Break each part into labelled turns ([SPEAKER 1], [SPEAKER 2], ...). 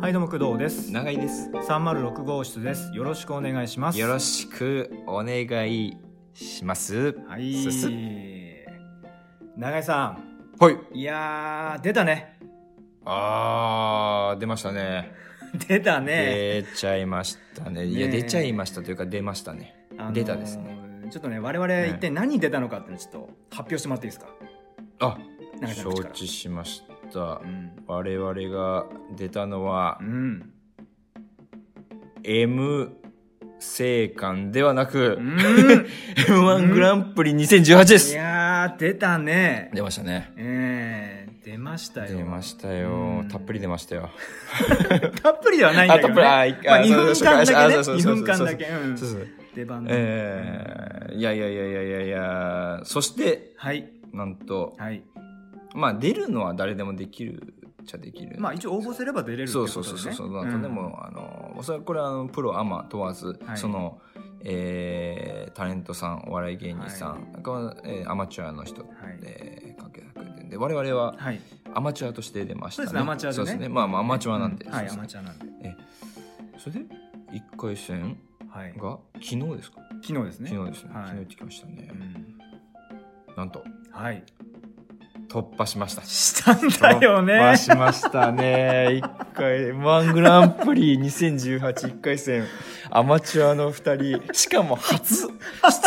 [SPEAKER 1] はいどうも工藤です
[SPEAKER 2] 長井です
[SPEAKER 1] 306号室ですよろしくお願いします
[SPEAKER 2] よろしくお願いします
[SPEAKER 1] はい
[SPEAKER 2] すす
[SPEAKER 1] 長井さ
[SPEAKER 2] はい
[SPEAKER 1] んいやー出たね
[SPEAKER 2] あー出ましたね
[SPEAKER 1] 出たね、
[SPEAKER 2] 出ちゃいましたねいや
[SPEAKER 1] ねえ
[SPEAKER 2] 出ちゃいましたというか出ましたね
[SPEAKER 1] あのー
[SPEAKER 2] 出たですね
[SPEAKER 1] ちょっとね我々一体何に出たのかっていうのをちょっと発表してもらっていいですか
[SPEAKER 2] あ
[SPEAKER 1] 長井さんの
[SPEAKER 2] 承
[SPEAKER 1] 口から
[SPEAKER 2] 知しました
[SPEAKER 1] うん、
[SPEAKER 2] 我々が出たのは
[SPEAKER 1] うん
[SPEAKER 2] M 生還ではなく
[SPEAKER 1] うん、
[SPEAKER 2] M1 グランプリ2018で
[SPEAKER 1] い
[SPEAKER 2] す
[SPEAKER 1] やー出たね
[SPEAKER 2] 出ましたね
[SPEAKER 1] えー、出ましたよ
[SPEAKER 2] 出ました
[SPEAKER 1] う
[SPEAKER 2] よ
[SPEAKER 1] ん
[SPEAKER 2] たっぷり出ましたよ
[SPEAKER 1] たっぷりではないんだけど、ね、
[SPEAKER 2] あたっぷりあ
[SPEAKER 1] まあ、
[SPEAKER 2] あ
[SPEAKER 1] 2分間だけね
[SPEAKER 2] そ
[SPEAKER 1] 2
[SPEAKER 2] うそうそうそう
[SPEAKER 1] 分間だけうん
[SPEAKER 2] そうそう
[SPEAKER 1] 出番だ
[SPEAKER 2] えーいやいやいやいやいやいやそして
[SPEAKER 1] はい
[SPEAKER 2] なんと
[SPEAKER 1] はい
[SPEAKER 2] まあ出るのは誰でもできるっちゃできる
[SPEAKER 1] まあ一応応募すれば出れるって
[SPEAKER 2] そ
[SPEAKER 1] こ
[SPEAKER 2] う
[SPEAKER 1] と
[SPEAKER 2] そう
[SPEAKER 1] で
[SPEAKER 2] そう
[SPEAKER 1] ね
[SPEAKER 2] そうそうなんとでも、あのおそらくこれはあのプロアマ問わず、
[SPEAKER 1] はい
[SPEAKER 2] そのえータレントさんお笑い芸人さん、なんかはえーアマチュアの人
[SPEAKER 1] はい
[SPEAKER 2] で関係なくてで我々は
[SPEAKER 1] はい
[SPEAKER 2] アマチュアとして出ました
[SPEAKER 1] そう
[SPEAKER 2] ね
[SPEAKER 1] ですねアマチュアでね
[SPEAKER 2] そうですねまあまあアマチュアなんで、
[SPEAKER 1] うんはい
[SPEAKER 2] そ
[SPEAKER 1] ア
[SPEAKER 2] う
[SPEAKER 1] マ
[SPEAKER 2] です
[SPEAKER 1] チュアなんで
[SPEAKER 2] それで一回戦
[SPEAKER 1] はい
[SPEAKER 2] が昨日ですか
[SPEAKER 1] 昨日ですね
[SPEAKER 2] 昨日ですね、
[SPEAKER 1] はい
[SPEAKER 2] 昨日行ってきましたね
[SPEAKER 1] う、ん
[SPEAKER 2] なんと
[SPEAKER 1] はい
[SPEAKER 2] 突破しました
[SPEAKER 1] したんだよ
[SPEAKER 2] 突破
[SPEAKER 1] ね
[SPEAKER 2] しましたね。一回、ワングランプリ2018一回戦、アマチュアの二人、しかも初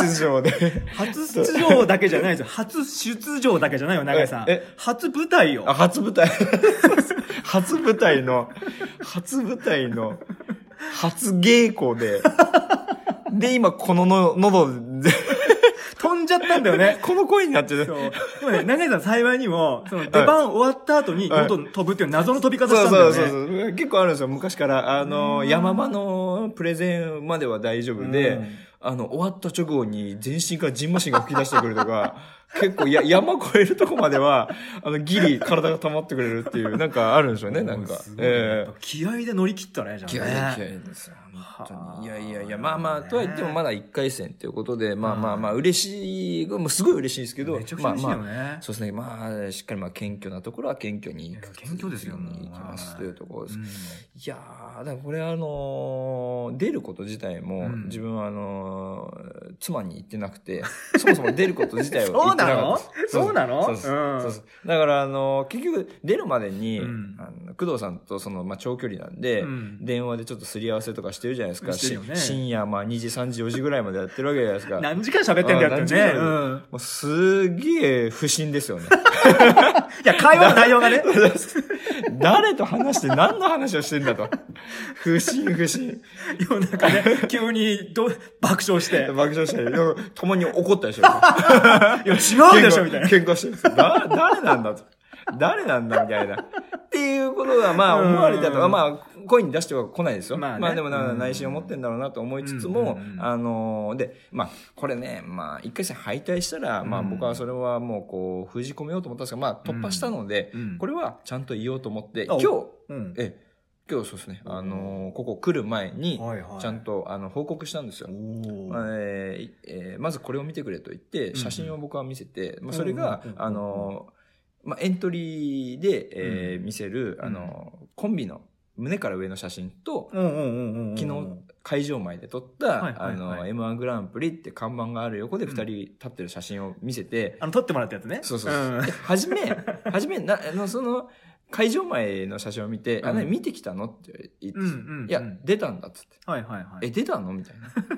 [SPEAKER 2] 出場で。
[SPEAKER 1] 初出場だけじゃないですよ初出場だけじゃないよ永井さん
[SPEAKER 2] ええ
[SPEAKER 1] 初舞台よ
[SPEAKER 2] あ、初舞台。 初舞台の、初舞台の、初稽古で、で、今、このの喉で、
[SPEAKER 1] 飛んじゃったんだよね
[SPEAKER 2] この声になってる。
[SPEAKER 1] そ
[SPEAKER 2] そう
[SPEAKER 1] でもね永井さん幸いにもその出番終わった後に
[SPEAKER 2] はい
[SPEAKER 1] 喉飛ぶっていう謎の飛び方
[SPEAKER 2] う
[SPEAKER 1] したんだ
[SPEAKER 2] そ
[SPEAKER 1] よ
[SPEAKER 2] うそう
[SPEAKER 1] ね
[SPEAKER 2] そう。結構あるんですよ、昔から。あの、山場のプレゼンまでは大丈夫で、
[SPEAKER 1] うん
[SPEAKER 2] あの、終わった直後に全身からジンマシンが吹き出してくるとか、 結構や、山越えるとこまでは、あの、ギリ体が溜まってくれるっていう、なんかあるんでしょうね、なん
[SPEAKER 1] もう
[SPEAKER 2] か
[SPEAKER 1] す。ごいねやっ
[SPEAKER 2] え
[SPEAKER 1] ぱ気合で乗り切ったねじ
[SPEAKER 2] え
[SPEAKER 1] ゃあ
[SPEAKER 2] 気合い気合いですよ。本当に。いやいやいや、まあまあ、とは言ってもまだ1回戦ということで、まあまあまあ、嬉しい、もうすごい嬉しいですけど、
[SPEAKER 1] めちゃくちゃ嬉しいよね、
[SPEAKER 2] まあまあそうですね、まあ、しっかりまあ、謙虚なところは謙虚に行く
[SPEAKER 1] いや謙虚ですよもう
[SPEAKER 2] 行きますというところです
[SPEAKER 1] うん
[SPEAKER 2] いやー、だからこれあのー出ること自体も、
[SPEAKER 1] うん
[SPEAKER 2] 自分はあのー妻に言ってなくて、 そもそも出ること自体を言
[SPEAKER 1] そう
[SPEAKER 2] ってな
[SPEAKER 1] な
[SPEAKER 2] か
[SPEAKER 1] の
[SPEAKER 2] ったです
[SPEAKER 1] そうなの
[SPEAKER 2] そうです
[SPEAKER 1] うん
[SPEAKER 2] そうですだからあのー結局出るまでに、
[SPEAKER 1] うん
[SPEAKER 2] あの工藤さんとその、まあ、長距離なんで、
[SPEAKER 1] うん
[SPEAKER 2] 電話でちょっとすり合わせとかしてるじゃないですか。
[SPEAKER 1] してるよね
[SPEAKER 2] し深夜、まあ、2時、3時、4時ぐらいまでやってるわけじゃないです か。
[SPEAKER 1] 何時間喋ってんだよってね。
[SPEAKER 2] う
[SPEAKER 1] うん
[SPEAKER 2] ん。もうすげえ不審ですよね。
[SPEAKER 1] いや、会話の内容がね。
[SPEAKER 2] 誰と話して何の話をしてんだと。 不審不審。
[SPEAKER 1] 夜中ね、急にど爆笑 して。い
[SPEAKER 2] 爆笑したり、なんかたまに怒ったりしてる。
[SPEAKER 1] や、違うでしょみたいな。
[SPEAKER 2] 喧嘩してるんですよだ誰なんだと。誰なんだみたいな。っていうことが、まあ、
[SPEAKER 1] うん
[SPEAKER 2] 思われたとは、まあ、声に出しては来ないですよ。
[SPEAKER 1] まあ
[SPEAKER 2] ま
[SPEAKER 1] ね
[SPEAKER 2] あ、でも、内心を持ってんだろうなと思いつつ
[SPEAKER 1] う
[SPEAKER 2] も
[SPEAKER 1] んうんう、ん
[SPEAKER 2] あのー、で、まあ、これね、まあ、一回戦敗退したら、ま
[SPEAKER 1] う
[SPEAKER 2] あ、
[SPEAKER 1] ん
[SPEAKER 2] 僕はそれはもう、こう、封じ込めようと思ったんですが、まあ、突破したので
[SPEAKER 1] うんうん、
[SPEAKER 2] これはちゃんと言おうと思って、
[SPEAKER 1] あ
[SPEAKER 2] 今日、
[SPEAKER 1] うん
[SPEAKER 2] え、今日そうですね、あのー、ここ来る前に
[SPEAKER 1] はいはい、
[SPEAKER 2] ちゃんと、あの、報告したんですよ。
[SPEAKER 1] おー
[SPEAKER 2] えーえーまずこれを見てくれと言って
[SPEAKER 1] ん
[SPEAKER 2] 写真を僕は見せて、まあ、それが、
[SPEAKER 1] うんうんうんうん
[SPEAKER 2] あのまあ、エントリーで、えー
[SPEAKER 1] うん
[SPEAKER 2] 見せるあの、コンビの胸から上の写真と
[SPEAKER 1] うんうんうんうんうん。
[SPEAKER 2] 昨日会場前で撮った、
[SPEAKER 1] はいはいはい
[SPEAKER 2] あの m 1グランプリって看板がある横で2人立ってる写真を見せて、
[SPEAKER 1] あの、撮ってもらったやつね。
[SPEAKER 2] そうそうそう、
[SPEAKER 1] ん
[SPEAKER 2] で初め初めなあのその会場前の写真を見て「あ
[SPEAKER 1] うん
[SPEAKER 2] れ見てきたの?」って言って、
[SPEAKER 1] うんうんうん
[SPEAKER 2] いや出たんだ」っつって。
[SPEAKER 1] はいはいはい。
[SPEAKER 2] え、出たのみたいな。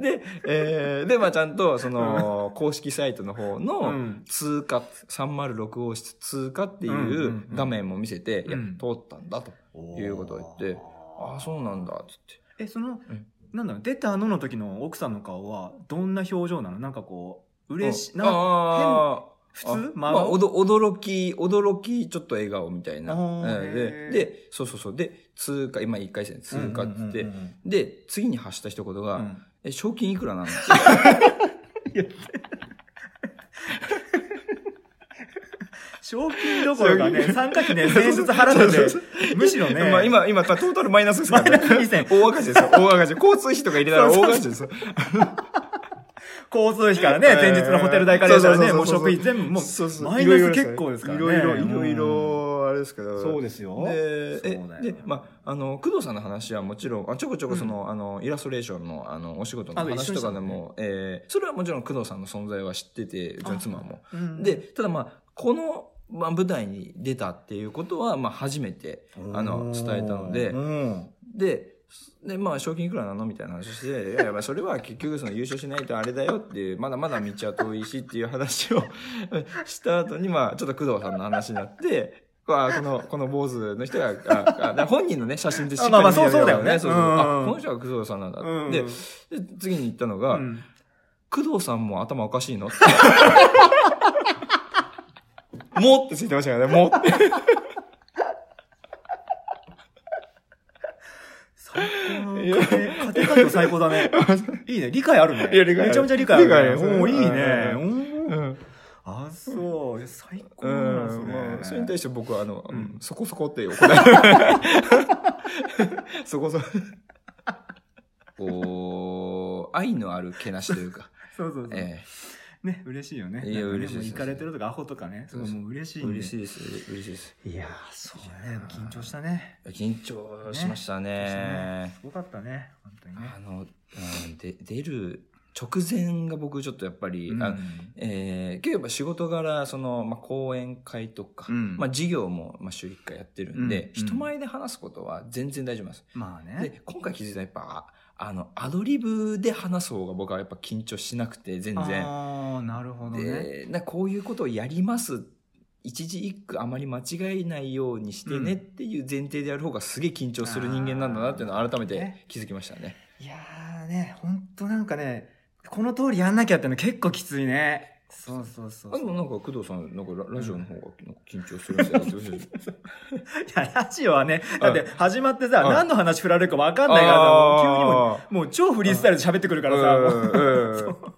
[SPEAKER 2] で、えーで、まあちゃんと、その、公式サイトの方
[SPEAKER 1] う
[SPEAKER 2] の、
[SPEAKER 1] ん。
[SPEAKER 2] 通過、306号室通過って
[SPEAKER 1] うんうんう
[SPEAKER 2] いうん画面も見せて、いや
[SPEAKER 1] う、ん
[SPEAKER 2] 通ったんだと。いうことを言ってああ、そうなんだ、つって。
[SPEAKER 1] え、その
[SPEAKER 2] うん、
[SPEAKER 1] なんだろう、出たのの時の奥さんの顔は、どんな表情なのなんかこう、嬉しい。なんか
[SPEAKER 2] ああ、
[SPEAKER 1] 普
[SPEAKER 2] あ
[SPEAKER 1] 通
[SPEAKER 2] ま
[SPEAKER 1] ま
[SPEAKER 2] あ、おど驚き、驚き、ちょっと笑顔みたいな。
[SPEAKER 1] あー
[SPEAKER 2] うん
[SPEAKER 1] へー
[SPEAKER 2] で、で、そうそうそう。で、通過、今1回戦通過って言って、
[SPEAKER 1] うんうんうんうん
[SPEAKER 2] で、次に発した一言が、
[SPEAKER 1] うん
[SPEAKER 2] え、賞金いくらなの
[SPEAKER 1] 賞金どころかね、参加費ね、前日払 っ
[SPEAKER 2] そう
[SPEAKER 1] て
[SPEAKER 2] そう
[SPEAKER 1] て、むしろね、
[SPEAKER 2] まあ今、今、トータルマイナスですからね。
[SPEAKER 1] マイナス2000
[SPEAKER 2] 大赤字ですよ、大赤字。交通費とか入れたら大赤字ですよ。
[SPEAKER 1] 交通費からね、前日のホテル代からやったらね、もう食費全部、も、
[SPEAKER 2] そうそうう
[SPEAKER 1] マイナス結構ですからね。
[SPEAKER 2] いろいろ、いろいろ、あれれですけど。
[SPEAKER 1] そう
[SPEAKER 2] で
[SPEAKER 1] ですよ。
[SPEAKER 2] でえ
[SPEAKER 1] そうだよ
[SPEAKER 2] で、まあ、あの、工藤さんの話はもちろん、あちょこちょこその、あの、イラストレーションの、あの、お仕事の
[SPEAKER 1] あ一緒に
[SPEAKER 2] 話とかで
[SPEAKER 1] し
[SPEAKER 2] も、えーそれはもちろん工藤さんの存在は知ってて、うちの妻も。
[SPEAKER 1] うん
[SPEAKER 2] で、、ただまあ、この、まあ、舞台に出たっていうことは、まあ、初めて、あの、伝えたので、
[SPEAKER 1] うん
[SPEAKER 2] で、すで、まあ、賞金いくらなのみたいな話をして、いやいや、まあそれは結局その優勝しないとあれだよっていう、まだまだ道は遠いしっていう話を した後に、まあ、ちょっと工藤さんの話になって、あこの、この坊主の人が、ああだ本人のね、写真でしっかり
[SPEAKER 1] あまあまあ
[SPEAKER 2] 見れる
[SPEAKER 1] そうそうだよね
[SPEAKER 2] そうそう
[SPEAKER 1] うん
[SPEAKER 2] あ、この人が工藤さんなんだ。
[SPEAKER 1] うん
[SPEAKER 2] で、で次に言ったの
[SPEAKER 1] う
[SPEAKER 2] が、
[SPEAKER 1] ん
[SPEAKER 2] 工藤さんも頭おかしいのってもうってついてましたからね、もうって。
[SPEAKER 1] 最高の
[SPEAKER 2] いや
[SPEAKER 1] 家庭家庭環境最高だね。いいね。理解あるね。
[SPEAKER 2] いや理解ある
[SPEAKER 1] めちゃめちゃ理解ある、ね。
[SPEAKER 2] 理解ある
[SPEAKER 1] おーいいね。
[SPEAKER 2] う
[SPEAKER 1] おー
[SPEAKER 2] うん
[SPEAKER 1] あ、そう。いや最高
[SPEAKER 2] う
[SPEAKER 1] なんです
[SPEAKER 2] ん
[SPEAKER 1] ね。
[SPEAKER 2] まあ、それに対して僕は、あの、
[SPEAKER 1] うん
[SPEAKER 2] うんそこそこって答え そこそこ。こう、愛のあるけなしという か、
[SPEAKER 1] そうそうそう。
[SPEAKER 2] え
[SPEAKER 1] ね、嬉しいよね。
[SPEAKER 2] いや
[SPEAKER 1] なんかね
[SPEAKER 2] 嬉しいです
[SPEAKER 1] もう行かれてるとかアホとかね。
[SPEAKER 2] そう
[SPEAKER 1] そ
[SPEAKER 2] そうう
[SPEAKER 1] もう嬉し
[SPEAKER 2] え
[SPEAKER 1] いんで。
[SPEAKER 2] 嬉しいです、嬉しいです。
[SPEAKER 1] いやー、そうね。緊張したね。
[SPEAKER 2] 緊張しましたね。
[SPEAKER 1] すごかったね。本当にね。
[SPEAKER 2] あの、うん、で出る直前が僕ちょっとやっぱり、
[SPEAKER 1] うん
[SPEAKER 2] あえー、結構やっぱ仕事柄、その、まあ、講演会とか、
[SPEAKER 1] うん
[SPEAKER 2] まあ、事業も、まあ、週1回やってるんで、
[SPEAKER 1] うん
[SPEAKER 2] 人前で話すことは全然大丈夫なんです。
[SPEAKER 1] まあね。
[SPEAKER 2] で今回気づいたやっぱああのアドリブで話す方が僕はやっぱ緊張しなくて全然
[SPEAKER 1] ああ、なるほどね。
[SPEAKER 2] でなんかこういうことをやります一字一句あまり間違えないようにしてね
[SPEAKER 1] う
[SPEAKER 2] っ
[SPEAKER 1] ん
[SPEAKER 2] ていう前提でやる方がすげえ緊張する人間なんだなっていうのを改めて気づきましたね。
[SPEAKER 1] いやーね、ほんとなんかね、この通りやんなきゃっての結構きついね。そうそうそう
[SPEAKER 2] あ
[SPEAKER 1] そう。
[SPEAKER 2] でもなんか工藤さんなんかララジオの方がなんか緊張するんですよ。
[SPEAKER 1] いや、ラジオはね、だって始まってさ、
[SPEAKER 2] うん
[SPEAKER 1] 何の話振られるか分かんないからさ、もう急にもう、もう超フリースタイルで喋ってくるからさ、もう
[SPEAKER 2] うん
[SPEAKER 1] そう。だか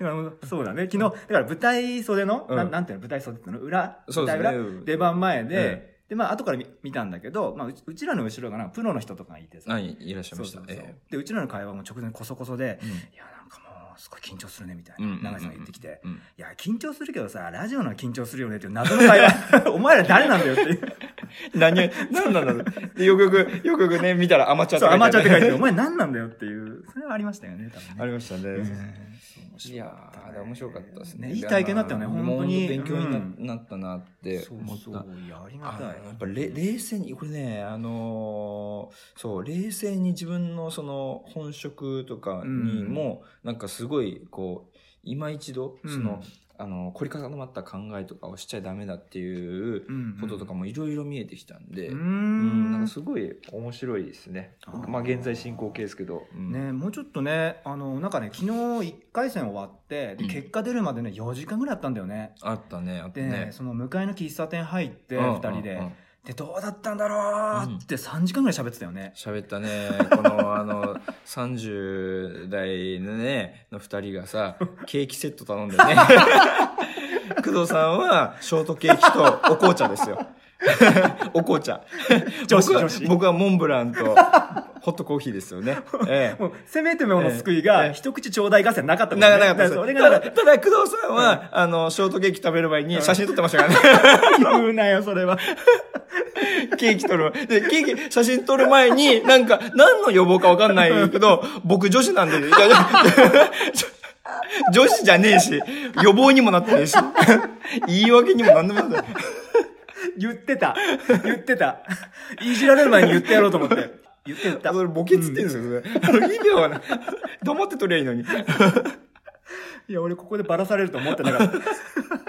[SPEAKER 1] らもうそうだね。昨日、だから舞台袖の、
[SPEAKER 2] うん
[SPEAKER 1] なんなんていうの、舞台袖っていうの裏、
[SPEAKER 2] そう
[SPEAKER 1] 舞
[SPEAKER 2] で
[SPEAKER 1] 台
[SPEAKER 2] す
[SPEAKER 1] 裏、
[SPEAKER 2] ね。
[SPEAKER 1] 出番前で、で、まあ、後から見見たんだけど、まあ、うちうちらの後ろがな、プロの人とかがいてさ、
[SPEAKER 2] はいいらっし
[SPEAKER 1] そ
[SPEAKER 2] ゃいま
[SPEAKER 1] う
[SPEAKER 2] し
[SPEAKER 1] そ
[SPEAKER 2] た
[SPEAKER 1] うそう。
[SPEAKER 2] え
[SPEAKER 1] で、うちらの会話も直前コソコソで
[SPEAKER 2] え、うん
[SPEAKER 1] いや、なんかもう、すごい緊張するね、みたい
[SPEAKER 2] うんうん
[SPEAKER 1] な
[SPEAKER 2] う、ん
[SPEAKER 1] 長井さんが言ってきて。
[SPEAKER 2] うん
[SPEAKER 1] いや、緊張するけどさ、ラジオのは緊張するよねっていう謎の会話。お 前ら誰なんだよって いう。
[SPEAKER 2] 何何なんだろうでよくよくよくよくね見たらアマチュア
[SPEAKER 1] そう、ア
[SPEAKER 2] 書い
[SPEAKER 1] マチュアって書い
[SPEAKER 2] ある
[SPEAKER 1] てる。お前何なんだよっていう。それはありましたよね、多分ね。
[SPEAKER 2] ありましたね。
[SPEAKER 1] うん
[SPEAKER 2] いやー、面白かったですね。
[SPEAKER 1] いい体験だったよね、
[SPEAKER 2] いや
[SPEAKER 1] 本当に。
[SPEAKER 2] 勉強にな,、
[SPEAKER 1] うん
[SPEAKER 2] ったなって思った。
[SPEAKER 1] そうそういや、ありが
[SPEAKER 2] あ
[SPEAKER 1] た
[SPEAKER 2] の
[SPEAKER 1] い。
[SPEAKER 2] やっぱれ冷静に、これね、あのーそう、冷静に自分のその本職とかにも、なんかすごい、こう、今一度、
[SPEAKER 1] うん
[SPEAKER 2] その、あの、凝り固まった考えとかをしちゃダメだっていう
[SPEAKER 1] うん
[SPEAKER 2] こととかもいろいろ見えてきたんで、
[SPEAKER 1] うー
[SPEAKER 2] うん、なん
[SPEAKER 1] ん
[SPEAKER 2] か。すごい面白いですね
[SPEAKER 1] あー。
[SPEAKER 2] まあ現在進行形ですけど。うん
[SPEAKER 1] ね、もうちょっとね、あの、なんかね、昨日1回戦終わって、で
[SPEAKER 2] うん
[SPEAKER 1] 結果出るまでね、4時間ぐらいあったんだよね。
[SPEAKER 2] あったね、あった
[SPEAKER 1] でね、
[SPEAKER 2] ね。
[SPEAKER 1] その向かいの喫茶店入って、
[SPEAKER 2] うん
[SPEAKER 1] 2人
[SPEAKER 2] うんうん
[SPEAKER 1] で。で、どうだったんだろうって3時間ぐらい喋ってたよね。
[SPEAKER 2] 喋ったね。この、あの、30代のね、の二人がさ、ケーキセット頼ん でね。工藤さんは、ショートケーキとお紅茶ですよ。 お紅茶。
[SPEAKER 1] 女子
[SPEAKER 2] 僕は
[SPEAKER 1] 女子
[SPEAKER 2] 僕はモンブランと、ホットコーヒーですよね。ええ。
[SPEAKER 1] もう、せめてもの救い
[SPEAKER 2] ええ
[SPEAKER 1] が、一口ちょうだい合戦なかったもんね
[SPEAKER 2] 長かったです
[SPEAKER 1] だからそれ
[SPEAKER 2] た
[SPEAKER 1] がなか
[SPEAKER 2] だ、
[SPEAKER 1] った
[SPEAKER 2] だ工藤さんは、あの、ショートケーキ食べる前に写真撮ってましたからね。
[SPEAKER 1] た。言うなよ、それは。
[SPEAKER 2] ケーキ撮る前。で、ケーキ、写真撮る前に、なんか、何の予防かわかんないけど、僕女子なんで、いやい や女子じゃねえし、予防にもなってねえし、言い訳にもなんでもない。
[SPEAKER 1] 言ってた。言ってた。いじられる前に言ってやろうと思って。言って言 った。
[SPEAKER 2] それボケっつってんすよ、それ。あの、意味はない。黙って撮りゃいいのに。
[SPEAKER 1] いや、俺ここでバラされると思ってなかった。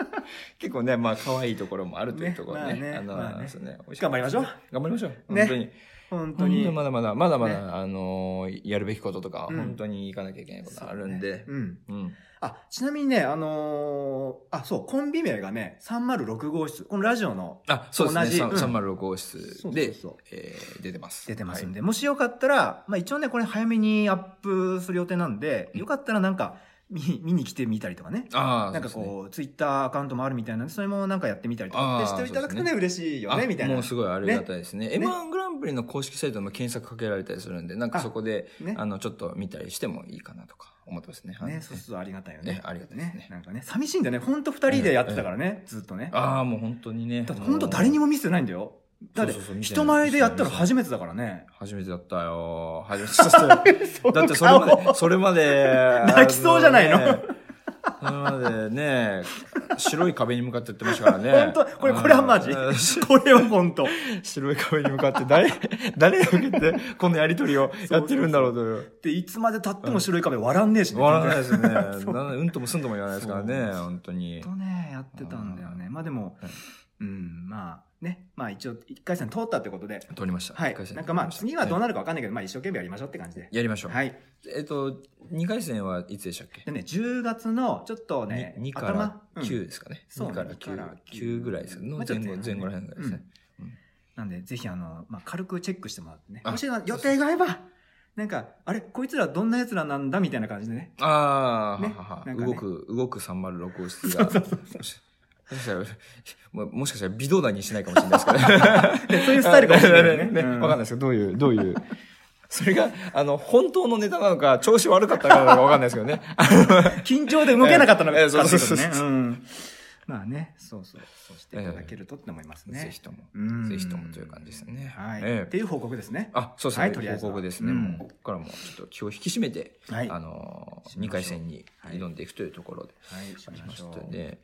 [SPEAKER 2] 結構ね、まあ、可愛いところもあるというところね。
[SPEAKER 1] ね
[SPEAKER 2] あの、
[SPEAKER 1] まあねまあね
[SPEAKER 2] そうね
[SPEAKER 1] 頑張りましょう。
[SPEAKER 2] 頑張りましょう。
[SPEAKER 1] ね
[SPEAKER 2] 本当に。
[SPEAKER 1] 本当
[SPEAKER 2] 本当
[SPEAKER 1] に。
[SPEAKER 2] にまだまだ、まだまだ、
[SPEAKER 1] ね
[SPEAKER 2] あのーやるべきこととか、
[SPEAKER 1] うん
[SPEAKER 2] 本当に行かなきゃいけないことあるんで。
[SPEAKER 1] うん。
[SPEAKER 2] うん。
[SPEAKER 1] あ、ちなみにね、あのーあ、そう、コンビ名がね、306号室。このラジオの
[SPEAKER 2] あ、そうですね。
[SPEAKER 1] 同じ
[SPEAKER 2] さん306号室
[SPEAKER 1] そうそう
[SPEAKER 2] で
[SPEAKER 1] そう、
[SPEAKER 2] えー出てます。
[SPEAKER 1] 出てますん
[SPEAKER 2] はい
[SPEAKER 1] で、もしよかったら、まあ一応ね、これ早めにアップする予定なんで、
[SPEAKER 2] うん
[SPEAKER 1] よかったらなんか、見見に来てみたりとかね。
[SPEAKER 2] ああ、
[SPEAKER 1] なんか
[SPEAKER 2] そうですね
[SPEAKER 1] こう、ツイッターアカウントもあるみたいなんで、それもなんかやってみたりとか
[SPEAKER 2] あ
[SPEAKER 1] っ
[SPEAKER 2] ー
[SPEAKER 1] てしていただくと
[SPEAKER 2] そうで
[SPEAKER 1] ね、嬉しいよ
[SPEAKER 2] あ
[SPEAKER 1] ね、みたいな。
[SPEAKER 2] もうすごいありがたいですね。
[SPEAKER 1] ね
[SPEAKER 2] M1 グランプリの公式サイトも検索かけられたりするんで、なんかそこで、
[SPEAKER 1] ね
[SPEAKER 2] あ。の、ちょっと見たりしてもいいかなとか思ってますね。はい
[SPEAKER 1] ね、そうするとありがたいよね。
[SPEAKER 2] ねありがたいですね
[SPEAKER 1] なんかね、寂しいんだよね。ほんと二人でやってたからね、ずっとね。
[SPEAKER 2] ああ、もう本当にね。
[SPEAKER 1] だってほんと誰に
[SPEAKER 2] もう。
[SPEAKER 1] も見せてないんだよ。だって
[SPEAKER 2] そうそうそう見、せない
[SPEAKER 1] 人前でやったの初めてだからね。
[SPEAKER 2] 初めてだったよ。初めてだったよ。だって それまで、それまで。
[SPEAKER 1] 泣きそうじゃないの
[SPEAKER 2] あねそれまでね、白い壁に向かってやってましたからね。
[SPEAKER 1] 本当これこれはマジ
[SPEAKER 2] うん
[SPEAKER 1] これはほんと。
[SPEAKER 2] 白い壁に向かって 誰、誰に向けてこのやりとりをやってるんだろうという。
[SPEAKER 1] で、いつまで経っても白い壁笑んねえしね。
[SPEAKER 2] 笑わないですね。
[SPEAKER 1] そう
[SPEAKER 2] なうんともすんとも言わないですからね、
[SPEAKER 1] そう
[SPEAKER 2] 本当に
[SPEAKER 1] ずっ。とね、やってたんだよね。まあでも
[SPEAKER 2] はい、
[SPEAKER 1] うん、まあね、まあ一応、一回戦通ったってことで、
[SPEAKER 2] 通りました。
[SPEAKER 1] は
[SPEAKER 2] 一
[SPEAKER 1] い
[SPEAKER 2] 回。戦
[SPEAKER 1] なんかまあ次はどう
[SPEAKER 2] い
[SPEAKER 1] なるかわかんないけど、まあ一生懸命やりましょうって感じで。
[SPEAKER 2] やりましょう。
[SPEAKER 1] はい。
[SPEAKER 2] えっと、2回戦はいつでしたっけ
[SPEAKER 1] でね、10月のちょっとね、
[SPEAKER 2] 2から
[SPEAKER 1] 頭うん
[SPEAKER 2] 9ですかね。
[SPEAKER 1] そう
[SPEAKER 2] 2から
[SPEAKER 1] 2から
[SPEAKER 2] 9、
[SPEAKER 1] 9
[SPEAKER 2] 9ぐらいですの
[SPEAKER 1] まあち
[SPEAKER 2] 前
[SPEAKER 1] ょっと
[SPEAKER 2] 後、前後らへんぐらいですね。
[SPEAKER 1] なんで、ぜひ、あの、まあ、軽くチェックしてもらってね。
[SPEAKER 2] あ
[SPEAKER 1] もし予定が合えば、なんか、あれ、こいつらどんな奴らなんだみたいな感じで ね。
[SPEAKER 2] ああ、
[SPEAKER 1] ね
[SPEAKER 2] ははは
[SPEAKER 1] なんかね
[SPEAKER 2] 動く、動く306号室が。ももしかしたら微動だにしないかもしれないですからね。
[SPEAKER 1] でそういうスタイルかもしれないよね。
[SPEAKER 2] ね
[SPEAKER 1] うん
[SPEAKER 2] わかんないですけど、どういう、どういう。それが、あの、本当のネタなのか、調子悪かったからなのかわかんないですけどね。
[SPEAKER 1] 緊張で動けなかったのが、
[SPEAKER 2] ええそうそうそう
[SPEAKER 1] かったけどねうんまあね、そうそう、そうしていただけるとって思います
[SPEAKER 2] ぜ
[SPEAKER 1] ね
[SPEAKER 2] ひ。とも
[SPEAKER 1] うん、
[SPEAKER 2] ぜひともという感じですね。
[SPEAKER 1] はい。
[SPEAKER 2] え
[SPEAKER 1] って
[SPEAKER 2] え
[SPEAKER 1] いう報告ですね。
[SPEAKER 2] あ、そうですね。
[SPEAKER 1] はいとりあえずは
[SPEAKER 2] 報告ですね。
[SPEAKER 1] うん
[SPEAKER 2] もう、ここからもちょっと気を引き締めて、
[SPEAKER 1] はい。
[SPEAKER 2] あ
[SPEAKER 1] はい。
[SPEAKER 2] の
[SPEAKER 1] しましょう
[SPEAKER 2] ー、2回戦に
[SPEAKER 1] はい
[SPEAKER 2] 挑んでいくというところで。
[SPEAKER 1] しま
[SPEAKER 2] しま
[SPEAKER 1] し
[SPEAKER 2] し
[SPEAKER 1] ょう。
[SPEAKER 2] た
[SPEAKER 1] はい。
[SPEAKER 2] ね。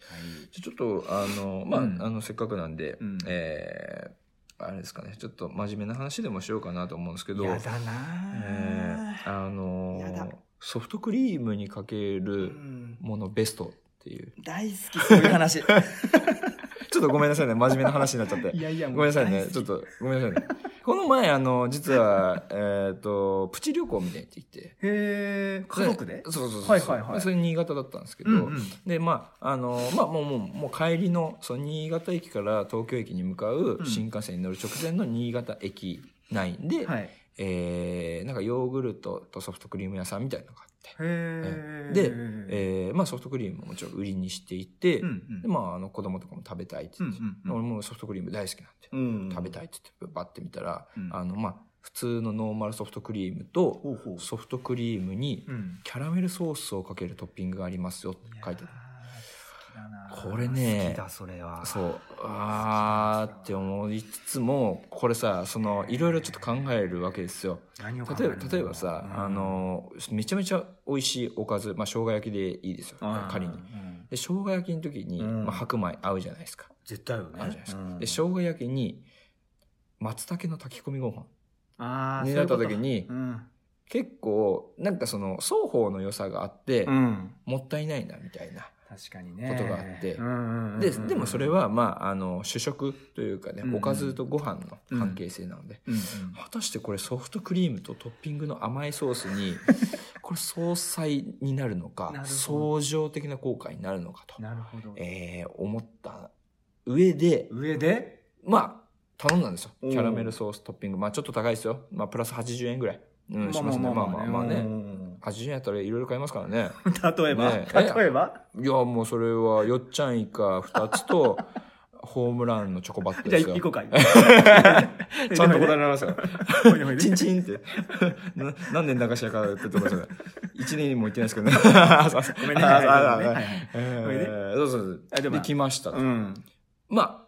[SPEAKER 2] じゃあちょっと、あの、まあ、
[SPEAKER 1] うん
[SPEAKER 2] あの、せっかくなんで、
[SPEAKER 1] うん
[SPEAKER 2] えーあれですかね、ちょっと真面目な話でもしようかなと思うんですけど、
[SPEAKER 1] やだな
[SPEAKER 2] え
[SPEAKER 1] ぁ。
[SPEAKER 2] ーあの
[SPEAKER 1] やだ
[SPEAKER 2] ー、ソフトクリームにかけ
[SPEAKER 1] う
[SPEAKER 2] る
[SPEAKER 1] ん
[SPEAKER 2] ものベストっていう。
[SPEAKER 1] 大好き、そういう 話。
[SPEAKER 2] ちょっとごめんなさいね、真面目な話になっちゃっ て
[SPEAKER 1] い。やいや、もう
[SPEAKER 2] ごめんなさい
[SPEAKER 1] 大
[SPEAKER 2] ね
[SPEAKER 1] 好、き
[SPEAKER 2] ちょっと、ごめんなさいね。この前、あの、実は、 えっと、プチ旅行みたいに行ってきて。
[SPEAKER 1] へえ、家族で
[SPEAKER 2] そうそうそう。
[SPEAKER 1] はいはいはい
[SPEAKER 2] それ新潟だったんですけど、
[SPEAKER 1] うんうん
[SPEAKER 2] で、まあ、あの、まあ、もう、もう、もう帰りの、その新潟駅から東京駅に向かう
[SPEAKER 1] うん
[SPEAKER 2] 新幹線に乗る直前の新潟駅内で、
[SPEAKER 1] はい。へ
[SPEAKER 2] えー、なんかヨーグルトとソフトクリーム屋さんみたいなのがあって、
[SPEAKER 1] え。
[SPEAKER 2] で、えー、まあ、ソフトクリームももちろん売りにしていて、
[SPEAKER 1] うんうん
[SPEAKER 2] で、まあ、あの、子供とかも食べたいって言って、
[SPEAKER 1] うんうんうん
[SPEAKER 2] 俺もソフトクリーム大好きなんで、
[SPEAKER 1] うん
[SPEAKER 2] 食べ
[SPEAKER 1] い。
[SPEAKER 2] たいって言って、バッて見たら、
[SPEAKER 1] うん
[SPEAKER 2] あの、まあ、普通のノーマルソフトクリームと、
[SPEAKER 1] ほうほう。
[SPEAKER 2] ソフトクリームに
[SPEAKER 1] うん。
[SPEAKER 2] キャラメルソースをかけるトッピングがありますよって書いて
[SPEAKER 1] や
[SPEAKER 2] あ
[SPEAKER 1] ー。好きだな
[SPEAKER 2] これね
[SPEAKER 1] 好きだ、それは。
[SPEAKER 2] るそうあーって思いつつもこれさそのいろいろちょっと考えるわけですよ
[SPEAKER 1] 何を考
[SPEAKER 2] 例え
[SPEAKER 1] る
[SPEAKER 2] ば
[SPEAKER 1] の
[SPEAKER 2] 例えばさ、
[SPEAKER 1] うん
[SPEAKER 2] あのめちゃめちゃ美味しいおかず、まあ、生姜焼きでいいですよ
[SPEAKER 1] うん
[SPEAKER 2] 仮に
[SPEAKER 1] う
[SPEAKER 2] で
[SPEAKER 1] ん
[SPEAKER 2] 生姜焼きの時に、
[SPEAKER 1] うん
[SPEAKER 2] まあ、白米合うじゃないですか
[SPEAKER 1] 絶対よね。
[SPEAKER 2] 合うじゃないですか、
[SPEAKER 1] うん
[SPEAKER 2] で生姜焼きに松茸の炊き込みご飯
[SPEAKER 1] あー
[SPEAKER 2] になった
[SPEAKER 1] そういうこと
[SPEAKER 2] 時に
[SPEAKER 1] うん。
[SPEAKER 2] 結構なんかその双方の良さがあって、
[SPEAKER 1] うん。
[SPEAKER 2] もったいないなみたいな
[SPEAKER 1] 確かにね。
[SPEAKER 2] ことがあって
[SPEAKER 1] うんうんうん
[SPEAKER 2] ででもそれ、は、まあ、あの主食というかね、
[SPEAKER 1] うんうん
[SPEAKER 2] おかずとご飯の関係性なので、
[SPEAKER 1] うんうん
[SPEAKER 2] 果たしてこれソフトクリームとトッピングの甘いソース にこれ総菜になるのか
[SPEAKER 1] なるほど
[SPEAKER 2] 相乗的な効果になるのかと、
[SPEAKER 1] なるほど。
[SPEAKER 2] えー思った上で
[SPEAKER 1] 上で
[SPEAKER 2] まあ頼んだんですよ
[SPEAKER 1] おう
[SPEAKER 2] キャラメルソーストッピングまあちょっと高いですよ、まあ、プラス80円ぐらい、うん、しますねまあまあまあ
[SPEAKER 1] う
[SPEAKER 2] ね
[SPEAKER 1] ん
[SPEAKER 2] 80円やったらいろいろ買えますか らね
[SPEAKER 1] 例えば、
[SPEAKER 2] ねえ
[SPEAKER 1] 例えば
[SPEAKER 2] いやもうそれはよっちゃんイカ2つとホームランのチョコバット
[SPEAKER 1] じゃあ
[SPEAKER 2] ですよ
[SPEAKER 1] 行こう か。
[SPEAKER 2] ちゃん と答えられますよ。
[SPEAKER 1] ほいでほいで
[SPEAKER 2] チンチンって。 な何年駄菓子屋からってとこじ ゃない。一年にも行ってないですけどね。ご
[SPEAKER 1] ごめんね。
[SPEAKER 2] あ
[SPEAKER 1] はい
[SPEAKER 2] あ
[SPEAKER 1] はい
[SPEAKER 2] あ
[SPEAKER 1] はい
[SPEAKER 2] えー
[SPEAKER 1] これね
[SPEAKER 2] そうそうそう。
[SPEAKER 1] あで
[SPEAKER 2] で
[SPEAKER 1] も
[SPEAKER 2] 来ましたと。
[SPEAKER 1] うん。
[SPEAKER 2] まあ、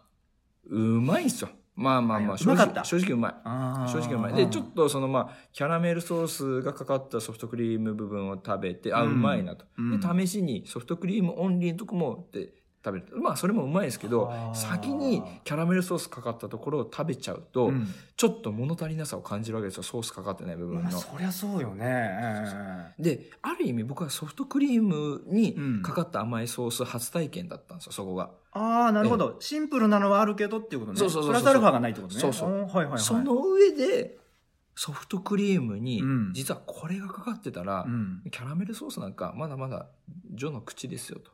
[SPEAKER 2] うまいっすよ。まあまあま
[SPEAKER 1] あ
[SPEAKER 2] あ、
[SPEAKER 1] うまかった
[SPEAKER 2] 正直うまい。
[SPEAKER 1] あー
[SPEAKER 2] 正直うまい。で、ちょっとそのまあ、キャラメルソースがかかったソフトクリーム部分を食べて、あ、
[SPEAKER 1] う
[SPEAKER 2] うんまいなと。
[SPEAKER 1] うん
[SPEAKER 2] で、試しにソフトクリームオンリーのとこもで食べる。まあ、それもうまいですけど
[SPEAKER 1] あー、
[SPEAKER 2] 先にキャラメルソースかかったところを食べちゃうと、
[SPEAKER 1] うん
[SPEAKER 2] ちょっと物足りなさを感じるわけですよ。ソースかかってない部分
[SPEAKER 1] まあ
[SPEAKER 2] の。
[SPEAKER 1] そりゃそうよね。
[SPEAKER 2] で、ある意味僕はソフトクリーム
[SPEAKER 1] うん
[SPEAKER 2] にかかった甘いソース初体験だったんですよ、そこが。
[SPEAKER 1] ああ、なるほど。シンプルなのはあるけどっていうことね。
[SPEAKER 2] そうそうそう
[SPEAKER 1] プ
[SPEAKER 2] そう
[SPEAKER 1] ラスアルファがないってことね。
[SPEAKER 2] そうそう
[SPEAKER 1] おーはいはいはい。
[SPEAKER 2] その上で、ソフトクリームに
[SPEAKER 1] うん、
[SPEAKER 2] 実はこれがかかってたら
[SPEAKER 1] う、ん。
[SPEAKER 2] キャラメルソースなんかまだまだジョの口ですよと。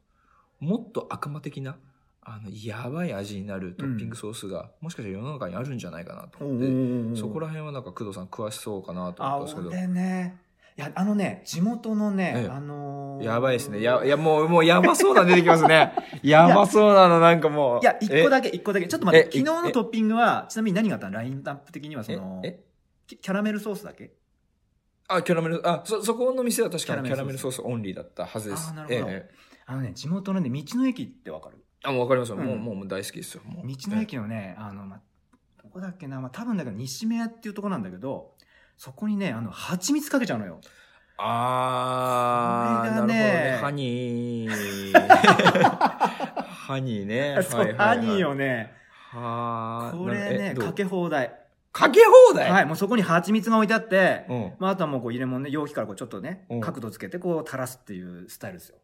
[SPEAKER 2] もっと悪魔的な、あの、やばい味になるトッピングソースが、もしかしたら世の中にあるんじゃないかなと思って、そこ
[SPEAKER 1] ら
[SPEAKER 2] ら辺はなんか工藤さん詳しそうかなと
[SPEAKER 1] あ、
[SPEAKER 2] 思ったんですけど。
[SPEAKER 1] 俺ね。や、あのね、地元の
[SPEAKER 2] ええ
[SPEAKER 1] ね、あのー
[SPEAKER 2] やばいですね。や、いや、もう、もうやばそうなの出てきま すね。やばそうなの、なんかもう。
[SPEAKER 1] いや、一個
[SPEAKER 2] だ
[SPEAKER 1] だけ、一個だけ。ちょっと待って、
[SPEAKER 2] え
[SPEAKER 1] 昨日のトッピングは、ちなみに何があったのラインナップ的には、その、
[SPEAKER 2] え、え
[SPEAKER 1] キキャラメルソースだけ
[SPEAKER 2] あ、キャラメル、あ、そ、そこの店は確かにキ
[SPEAKER 1] キャ
[SPEAKER 2] ャラ
[SPEAKER 1] ラ
[SPEAKER 2] メ
[SPEAKER 1] メ
[SPEAKER 2] ル
[SPEAKER 1] ル
[SPEAKER 2] ソ
[SPEAKER 1] ソ
[SPEAKER 2] ースオンリーだったはずです。
[SPEAKER 1] あーなるほど
[SPEAKER 2] ええ
[SPEAKER 1] あのね、地元のね、道の駅ってわかる
[SPEAKER 2] あ、もうわかりますよ。
[SPEAKER 1] うん
[SPEAKER 2] もう、もうもう大好きですよ。もう
[SPEAKER 1] 道の。駅のね、あの、ま、どこだっけな、まあ、多分だけど、西目屋っていうとこなんだけど、そこにね、あの、蜂蜜かけちゃうのよ。
[SPEAKER 2] あー、
[SPEAKER 1] こ
[SPEAKER 2] なる
[SPEAKER 1] れが
[SPEAKER 2] ほど
[SPEAKER 1] ね
[SPEAKER 2] ね。ハニ ー。ハニーね。
[SPEAKER 1] そう、ハニーを。ね、
[SPEAKER 2] はー。
[SPEAKER 1] これ
[SPEAKER 2] な
[SPEAKER 1] ね、
[SPEAKER 2] んかえどう
[SPEAKER 1] かけ放題。
[SPEAKER 2] かけ放題
[SPEAKER 1] はい、もうそこに蜂蜜が置いてあって、
[SPEAKER 2] うん。
[SPEAKER 1] まあ、あとはもうこう入れ物ね、容器からこうちょっとね
[SPEAKER 2] うん、
[SPEAKER 1] 角度つけてこう垂らすっていうスタイルですよ。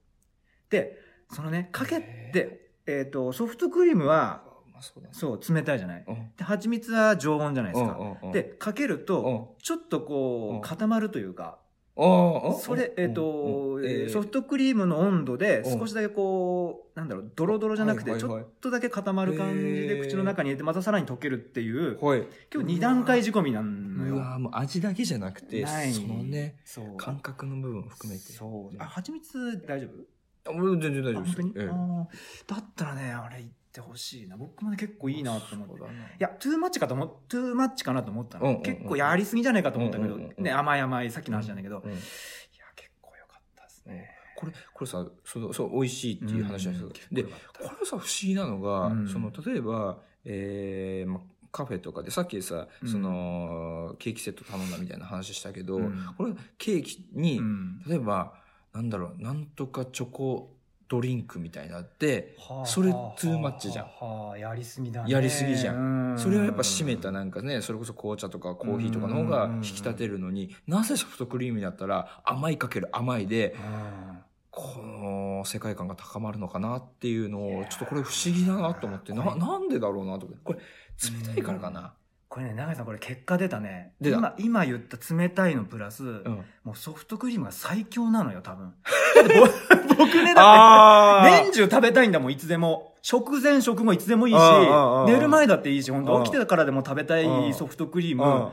[SPEAKER 1] で、そのね、かけて、えっ、と、ソフトクリームは、
[SPEAKER 2] うまそうだね。
[SPEAKER 1] そう、冷たいじゃない。
[SPEAKER 2] うん。
[SPEAKER 1] で、蜂蜜は常温じゃないですか。
[SPEAKER 2] うんうんうん
[SPEAKER 1] で、かける
[SPEAKER 2] うん
[SPEAKER 1] と、ちょっと
[SPEAKER 2] うん
[SPEAKER 1] こう、固まるというか、
[SPEAKER 2] おーおー
[SPEAKER 1] それ、えっと、
[SPEAKER 2] うん
[SPEAKER 1] え
[SPEAKER 2] え
[SPEAKER 1] ー
[SPEAKER 2] ー
[SPEAKER 1] ソフトクリームの温度で
[SPEAKER 2] うん
[SPEAKER 1] 少しだけこう、なんだろう、ドロドロじゃなくて、
[SPEAKER 2] はい
[SPEAKER 1] ち
[SPEAKER 2] はいは
[SPEAKER 1] ょ
[SPEAKER 2] い
[SPEAKER 1] っとだけ固まる感じ
[SPEAKER 2] へ
[SPEAKER 1] で
[SPEAKER 2] ー
[SPEAKER 1] 口の中に入れて、またさらに溶けるっていう、
[SPEAKER 2] はい。
[SPEAKER 1] 今日2段階仕込みなの
[SPEAKER 2] う
[SPEAKER 1] よ。
[SPEAKER 2] わーもう味だけじゃなくて、
[SPEAKER 1] ない
[SPEAKER 2] そのね、
[SPEAKER 1] そう。
[SPEAKER 2] 感覚の部分を含めて。
[SPEAKER 1] そう。あ、蜂蜜大丈夫
[SPEAKER 2] あ俺全然大丈
[SPEAKER 1] あ
[SPEAKER 2] 夫で
[SPEAKER 1] 本
[SPEAKER 2] す
[SPEAKER 1] 当
[SPEAKER 2] よ
[SPEAKER 1] に、
[SPEAKER 2] ええ
[SPEAKER 1] あーだったらね、あれ行ってほしいな。僕もね、結構いいなと思って
[SPEAKER 2] そう。だない
[SPEAKER 1] や、トゥーマッチかと思っ、トゥーマッチかなと思ったの。
[SPEAKER 2] うんうんうん
[SPEAKER 1] 結構やりすぎじゃないかと思ったけど、
[SPEAKER 2] うんうんうん
[SPEAKER 1] ね、甘い甘い、さっきの話なんだけど、
[SPEAKER 2] う
[SPEAKER 1] いや、
[SPEAKER 2] ん
[SPEAKER 1] 結構良かったです
[SPEAKER 2] うん
[SPEAKER 1] ね。
[SPEAKER 2] これこれさそのそう美味しいっていう話なんですけ
[SPEAKER 1] うん
[SPEAKER 2] ど、でこれさ不思議なのが、
[SPEAKER 1] うん
[SPEAKER 2] その例えば、えーま、カフェとかでさっきさ、
[SPEAKER 1] うん
[SPEAKER 2] そのケーキセット頼んだみたいな話したけど、
[SPEAKER 1] うん
[SPEAKER 2] これケーキに、
[SPEAKER 1] うん
[SPEAKER 2] 例えばなんだろうなんとかチョコドリンクみたいなって、それトゥーマッチじゃん
[SPEAKER 1] はあはあはあやりすぎだね。
[SPEAKER 2] やりすぎじゃ
[SPEAKER 1] ん
[SPEAKER 2] それはやっぱ締めたなんかねそれこそ紅茶とかコーヒーとかの方が引き立てるのに、なぜソフトクリームだったら甘いかける甘いで、
[SPEAKER 1] うん
[SPEAKER 2] この世界観が高まるのかなっていうのを、ちょっとこれ不思議だなと思って、な、
[SPEAKER 1] これ
[SPEAKER 2] なんでだろうなと思って。これ、冷たいからかな。
[SPEAKER 1] これね、永井さん、これ結果出たね。
[SPEAKER 2] 出た
[SPEAKER 1] 今、今言った冷たいのプラス、
[SPEAKER 2] うん。
[SPEAKER 1] もうソフトクリームが最強なのよ、多分。だってぼ 僕ね、だって、
[SPEAKER 2] あ
[SPEAKER 1] 年中食べたいんだもん、いつでも。食前食もいつでもいいし
[SPEAKER 2] あーあーあ、ー
[SPEAKER 1] 寝る前だっていいし、本
[SPEAKER 2] あ
[SPEAKER 1] 当
[SPEAKER 2] ー
[SPEAKER 1] 起きてからでも食べた
[SPEAKER 2] あー
[SPEAKER 1] いソフトクリー
[SPEAKER 2] うん
[SPEAKER 1] ム。。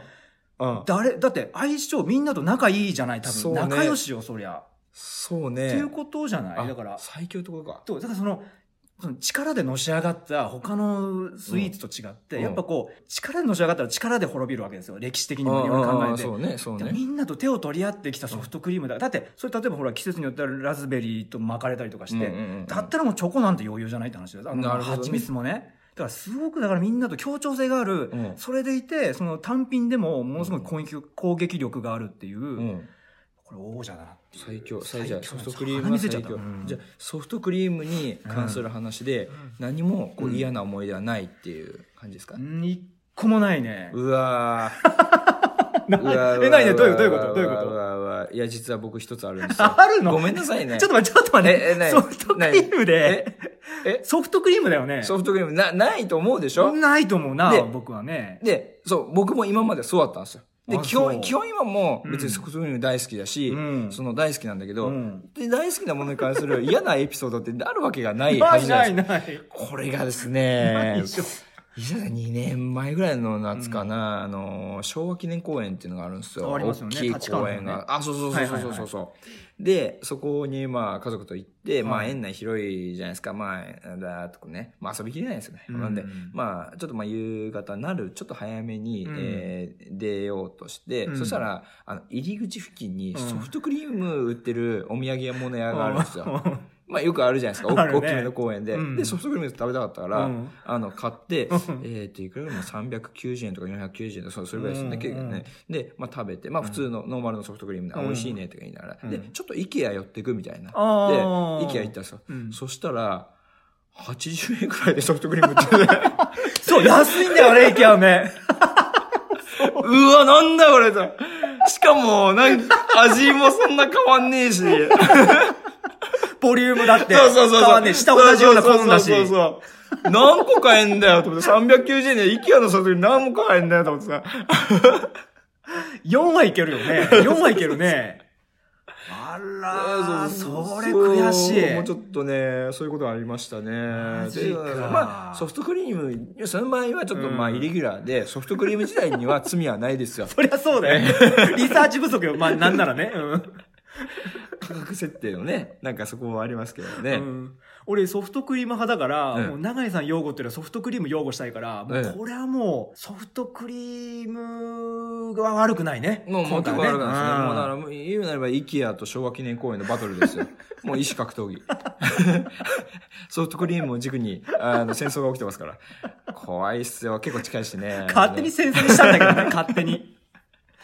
[SPEAKER 2] うん。
[SPEAKER 1] 誰、だって相性みんなと仲いいじゃない、多
[SPEAKER 2] そう
[SPEAKER 1] 分。
[SPEAKER 2] ね
[SPEAKER 1] 仲良しよ、そりゃ。
[SPEAKER 2] そう
[SPEAKER 1] っ
[SPEAKER 2] ね。
[SPEAKER 1] ていうことじゃな
[SPEAKER 2] あ
[SPEAKER 1] いだから。
[SPEAKER 2] 最強ってことか。
[SPEAKER 1] とだからそのその力でのし上がった他のスイーツと違って、
[SPEAKER 2] うん
[SPEAKER 1] やっぱこう力でのし上がったら力で滅びるわけですよ歴史的に
[SPEAKER 2] うん
[SPEAKER 1] もいろいろ考えて
[SPEAKER 2] そうね、そう
[SPEAKER 1] で
[SPEAKER 2] ね。
[SPEAKER 1] みんなと手を取り合ってきたソフトクリームだだってそれ例えばほら季節によってはラズベリーと巻かれたりとかして、
[SPEAKER 2] うんうんうん
[SPEAKER 1] だったらもうチョコなんて余裕じゃないって話ですあの
[SPEAKER 2] なるほどね
[SPEAKER 1] 蜂蜜もねだからすごくだからみんなと協調性がある、
[SPEAKER 2] うん
[SPEAKER 1] それでいてその単品でもものすごい攻撃,、攻撃力があるっていう、
[SPEAKER 2] うん。
[SPEAKER 1] これ王者だなっていう
[SPEAKER 2] 最強。最強。ソ
[SPEAKER 1] なん
[SPEAKER 2] フ
[SPEAKER 1] です
[SPEAKER 2] トクリーム
[SPEAKER 1] 鼻
[SPEAKER 2] は
[SPEAKER 1] 水出
[SPEAKER 2] 最
[SPEAKER 1] ちゃ
[SPEAKER 2] 強
[SPEAKER 1] ったうん。
[SPEAKER 2] じゃあソフトクリームに関する話で、何もこ
[SPEAKER 1] う
[SPEAKER 2] うん嫌な思い出はないっていう感じですか
[SPEAKER 1] うん一個もないね。
[SPEAKER 2] うわー。うわーうわー
[SPEAKER 1] え、ないね。どういうどういうことどういう
[SPEAKER 2] わー
[SPEAKER 1] こ
[SPEAKER 2] わーわーいや、実は僕一つあるんです よ
[SPEAKER 1] と。あるの
[SPEAKER 2] ごめんなさいね。
[SPEAKER 1] ちょっと待って、ちょっと待っ
[SPEAKER 2] ええない
[SPEAKER 1] て。ソフトクリームで、
[SPEAKER 2] え
[SPEAKER 1] ソフトクリームだよね。
[SPEAKER 2] ソフトクリームな、ないと思うでしょ
[SPEAKER 1] ないと思うな
[SPEAKER 2] で、
[SPEAKER 1] 僕はね。
[SPEAKER 2] で、そう、僕も今までそうだったんですよ。で、
[SPEAKER 1] あ
[SPEAKER 2] 基
[SPEAKER 1] そ
[SPEAKER 2] 本、
[SPEAKER 1] う
[SPEAKER 2] 基本今も別に
[SPEAKER 1] うん
[SPEAKER 2] ソフトクリーム大好きだし、
[SPEAKER 1] うん
[SPEAKER 2] その大好きなんだけど、
[SPEAKER 1] うん
[SPEAKER 2] で、大好きなものに関する嫌なエピソードってあるわけがない
[SPEAKER 1] な
[SPEAKER 2] はず
[SPEAKER 1] い
[SPEAKER 2] じゃな
[SPEAKER 1] ないい
[SPEAKER 2] ですか。
[SPEAKER 1] ない。
[SPEAKER 2] これがです
[SPEAKER 1] ない
[SPEAKER 2] ね
[SPEAKER 1] で、しょ
[SPEAKER 2] いざ2年前ぐらいの夏かな、あの、昭和記念公園っていうのがあるんですよ。
[SPEAKER 1] ありますよね
[SPEAKER 2] 大きい公園
[SPEAKER 1] 立川のね
[SPEAKER 2] が。あ、そうそうそうそうそうそうそう、で、そこにまあ家族と行って、まあ
[SPEAKER 1] はい
[SPEAKER 2] 園内広いじゃないですか。まあ、だーっとね、まあ遊びきれないですよね。
[SPEAKER 1] うん
[SPEAKER 2] なんで、まあちょっとまあ夕方になる、ちょっと早めに、
[SPEAKER 1] うん
[SPEAKER 2] えー出ようとして、
[SPEAKER 1] うん
[SPEAKER 2] そしたら、あの、入り口付近に
[SPEAKER 1] うん
[SPEAKER 2] ソフトクリーム売ってるお土産物屋があるんですよ。
[SPEAKER 1] うん
[SPEAKER 2] まあよくあるじゃないですか。
[SPEAKER 1] あ
[SPEAKER 2] 大
[SPEAKER 1] る
[SPEAKER 2] き
[SPEAKER 1] ね
[SPEAKER 2] めの公園で。
[SPEAKER 1] うん
[SPEAKER 2] で、ソフトクリーム食べたかったから、
[SPEAKER 1] うん
[SPEAKER 2] あの、買って、
[SPEAKER 1] うん
[SPEAKER 2] えっと、いくらでも390円とか490円とか、そうそれぐらいですよね、
[SPEAKER 1] うん
[SPEAKER 2] 結構ね。で、まあ食べて、まあ普通のノーマルのソフトクリームで、あ
[SPEAKER 1] うん
[SPEAKER 2] 美味しいねとか言いながら、
[SPEAKER 1] うん
[SPEAKER 2] で、ちょっと IKEA 寄ってくみたいな。で、
[SPEAKER 1] あー
[SPEAKER 2] IKEA 行ったんですよ。
[SPEAKER 1] うん
[SPEAKER 2] そしたら、80円くらいでソフトクリーム売ってて
[SPEAKER 1] そう、安いんだよ、あれ、イケアね。
[SPEAKER 2] うわ、なんだこれと。しかも、なんか、味もそんな変わんね えし。
[SPEAKER 1] ボリュームだって。
[SPEAKER 2] そうそうそうそう。
[SPEAKER 1] 変わんねえ下同じようなコンだし。
[SPEAKER 2] そうそうそうそう何個買えんだよと思って、390円で IKEA の外に何も買えんだよと思ってさ。
[SPEAKER 1] 4はいけるよね。4はいけるね。あ
[SPEAKER 2] あ
[SPEAKER 1] ら
[SPEAKER 2] ー
[SPEAKER 1] ー、それ悔しい。
[SPEAKER 2] もうちょっとね、そういうことありましたね。
[SPEAKER 1] マジか
[SPEAKER 2] でまあ、ソフトクリーム、その場合はちょっと
[SPEAKER 1] うん。
[SPEAKER 2] まあ、イレギュラーで、ソフトクリーム自体には罪はないですよ
[SPEAKER 1] そりゃそうだよ。リサーチ不足よ。まあ、なんならね。うん
[SPEAKER 2] 価格設定のね、なんかそこはありますけどね。
[SPEAKER 1] うん俺ソフトクリーム派だから、
[SPEAKER 2] うん
[SPEAKER 1] もう永井さん擁護っていうのはソフトクリーム擁護したいから、もう
[SPEAKER 2] ええ
[SPEAKER 1] これはもうソフトクリームが悪くないね。
[SPEAKER 2] もう、もう、
[SPEAKER 1] 今
[SPEAKER 2] と
[SPEAKER 1] 回
[SPEAKER 2] こ
[SPEAKER 1] は
[SPEAKER 2] あるんですね。もう、だ
[SPEAKER 1] うん
[SPEAKER 2] から、もう言うなれば、イケアと昭和記念公園のバトル ですよ。もう、医師格闘技。 ソフトクリームを軸に、あの、戦争が起きてますから。怖いっすよ。結構近いし ね。
[SPEAKER 1] 勝手に先生にしたんだけど ね、勝手に。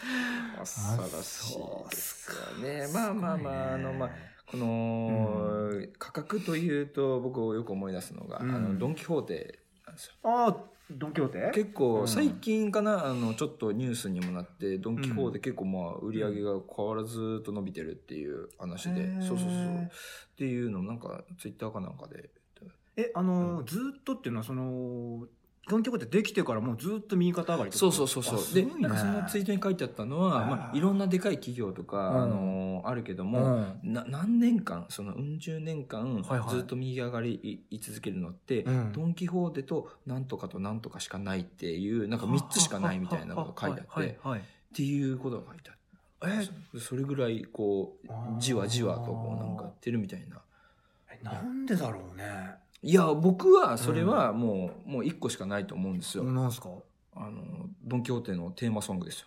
[SPEAKER 2] 恐ろしいですよね。
[SPEAKER 1] そう
[SPEAKER 2] まあまあまあ、あ
[SPEAKER 1] すごいね
[SPEAKER 2] の、まあ、この、価格というと、僕をよく思い出すのが、
[SPEAKER 1] うん
[SPEAKER 2] あの、ドン・キホーテなんですよ。
[SPEAKER 1] ああ、ドンキホーテ
[SPEAKER 2] 結
[SPEAKER 1] う
[SPEAKER 2] 構
[SPEAKER 1] ん
[SPEAKER 2] 最近かな、あのちょっとニュースにもなってドン・キホー
[SPEAKER 1] う
[SPEAKER 2] テ結構まあ売り上げが変わらずと伸びてるっていう話で、
[SPEAKER 1] へー
[SPEAKER 2] そうそうそうっていうのなんかツイッターかなんかで
[SPEAKER 1] え、あのー、ずーっとっていうのは、その、ドンキホーテできてからもうずーっと右肩上がりって
[SPEAKER 2] そ
[SPEAKER 1] こ
[SPEAKER 2] う
[SPEAKER 1] と
[SPEAKER 2] そうそ
[SPEAKER 1] あ
[SPEAKER 2] うそう
[SPEAKER 1] す
[SPEAKER 2] で
[SPEAKER 1] ごいね
[SPEAKER 2] なんかそのツイートに書いてあったのは
[SPEAKER 1] あー
[SPEAKER 2] まあ、いろんなでかい企業とか、
[SPEAKER 1] うん
[SPEAKER 2] あのあるけど
[SPEAKER 1] う
[SPEAKER 2] も、
[SPEAKER 1] ん
[SPEAKER 2] な何年間そのうん十年間、
[SPEAKER 1] はいはい
[SPEAKER 2] ずっと右上がりいい続けるのって、
[SPEAKER 1] うん
[SPEAKER 2] ドン・キホーテとなんとかとなんとかしかないっていうなんか3つしかないみたいなのが書いてあって。
[SPEAKER 1] はいはいはい
[SPEAKER 2] っていうことが書いてあるえそれぐらいこ
[SPEAKER 1] あー
[SPEAKER 2] うじわじわとこうなんかやってるみたいな
[SPEAKER 1] えなんでだろうね。
[SPEAKER 2] いや僕はそれはもう、もう一個しかないと思うんですよ、
[SPEAKER 1] なんすか
[SPEAKER 2] あのドン・キホーテのテーマソングですよ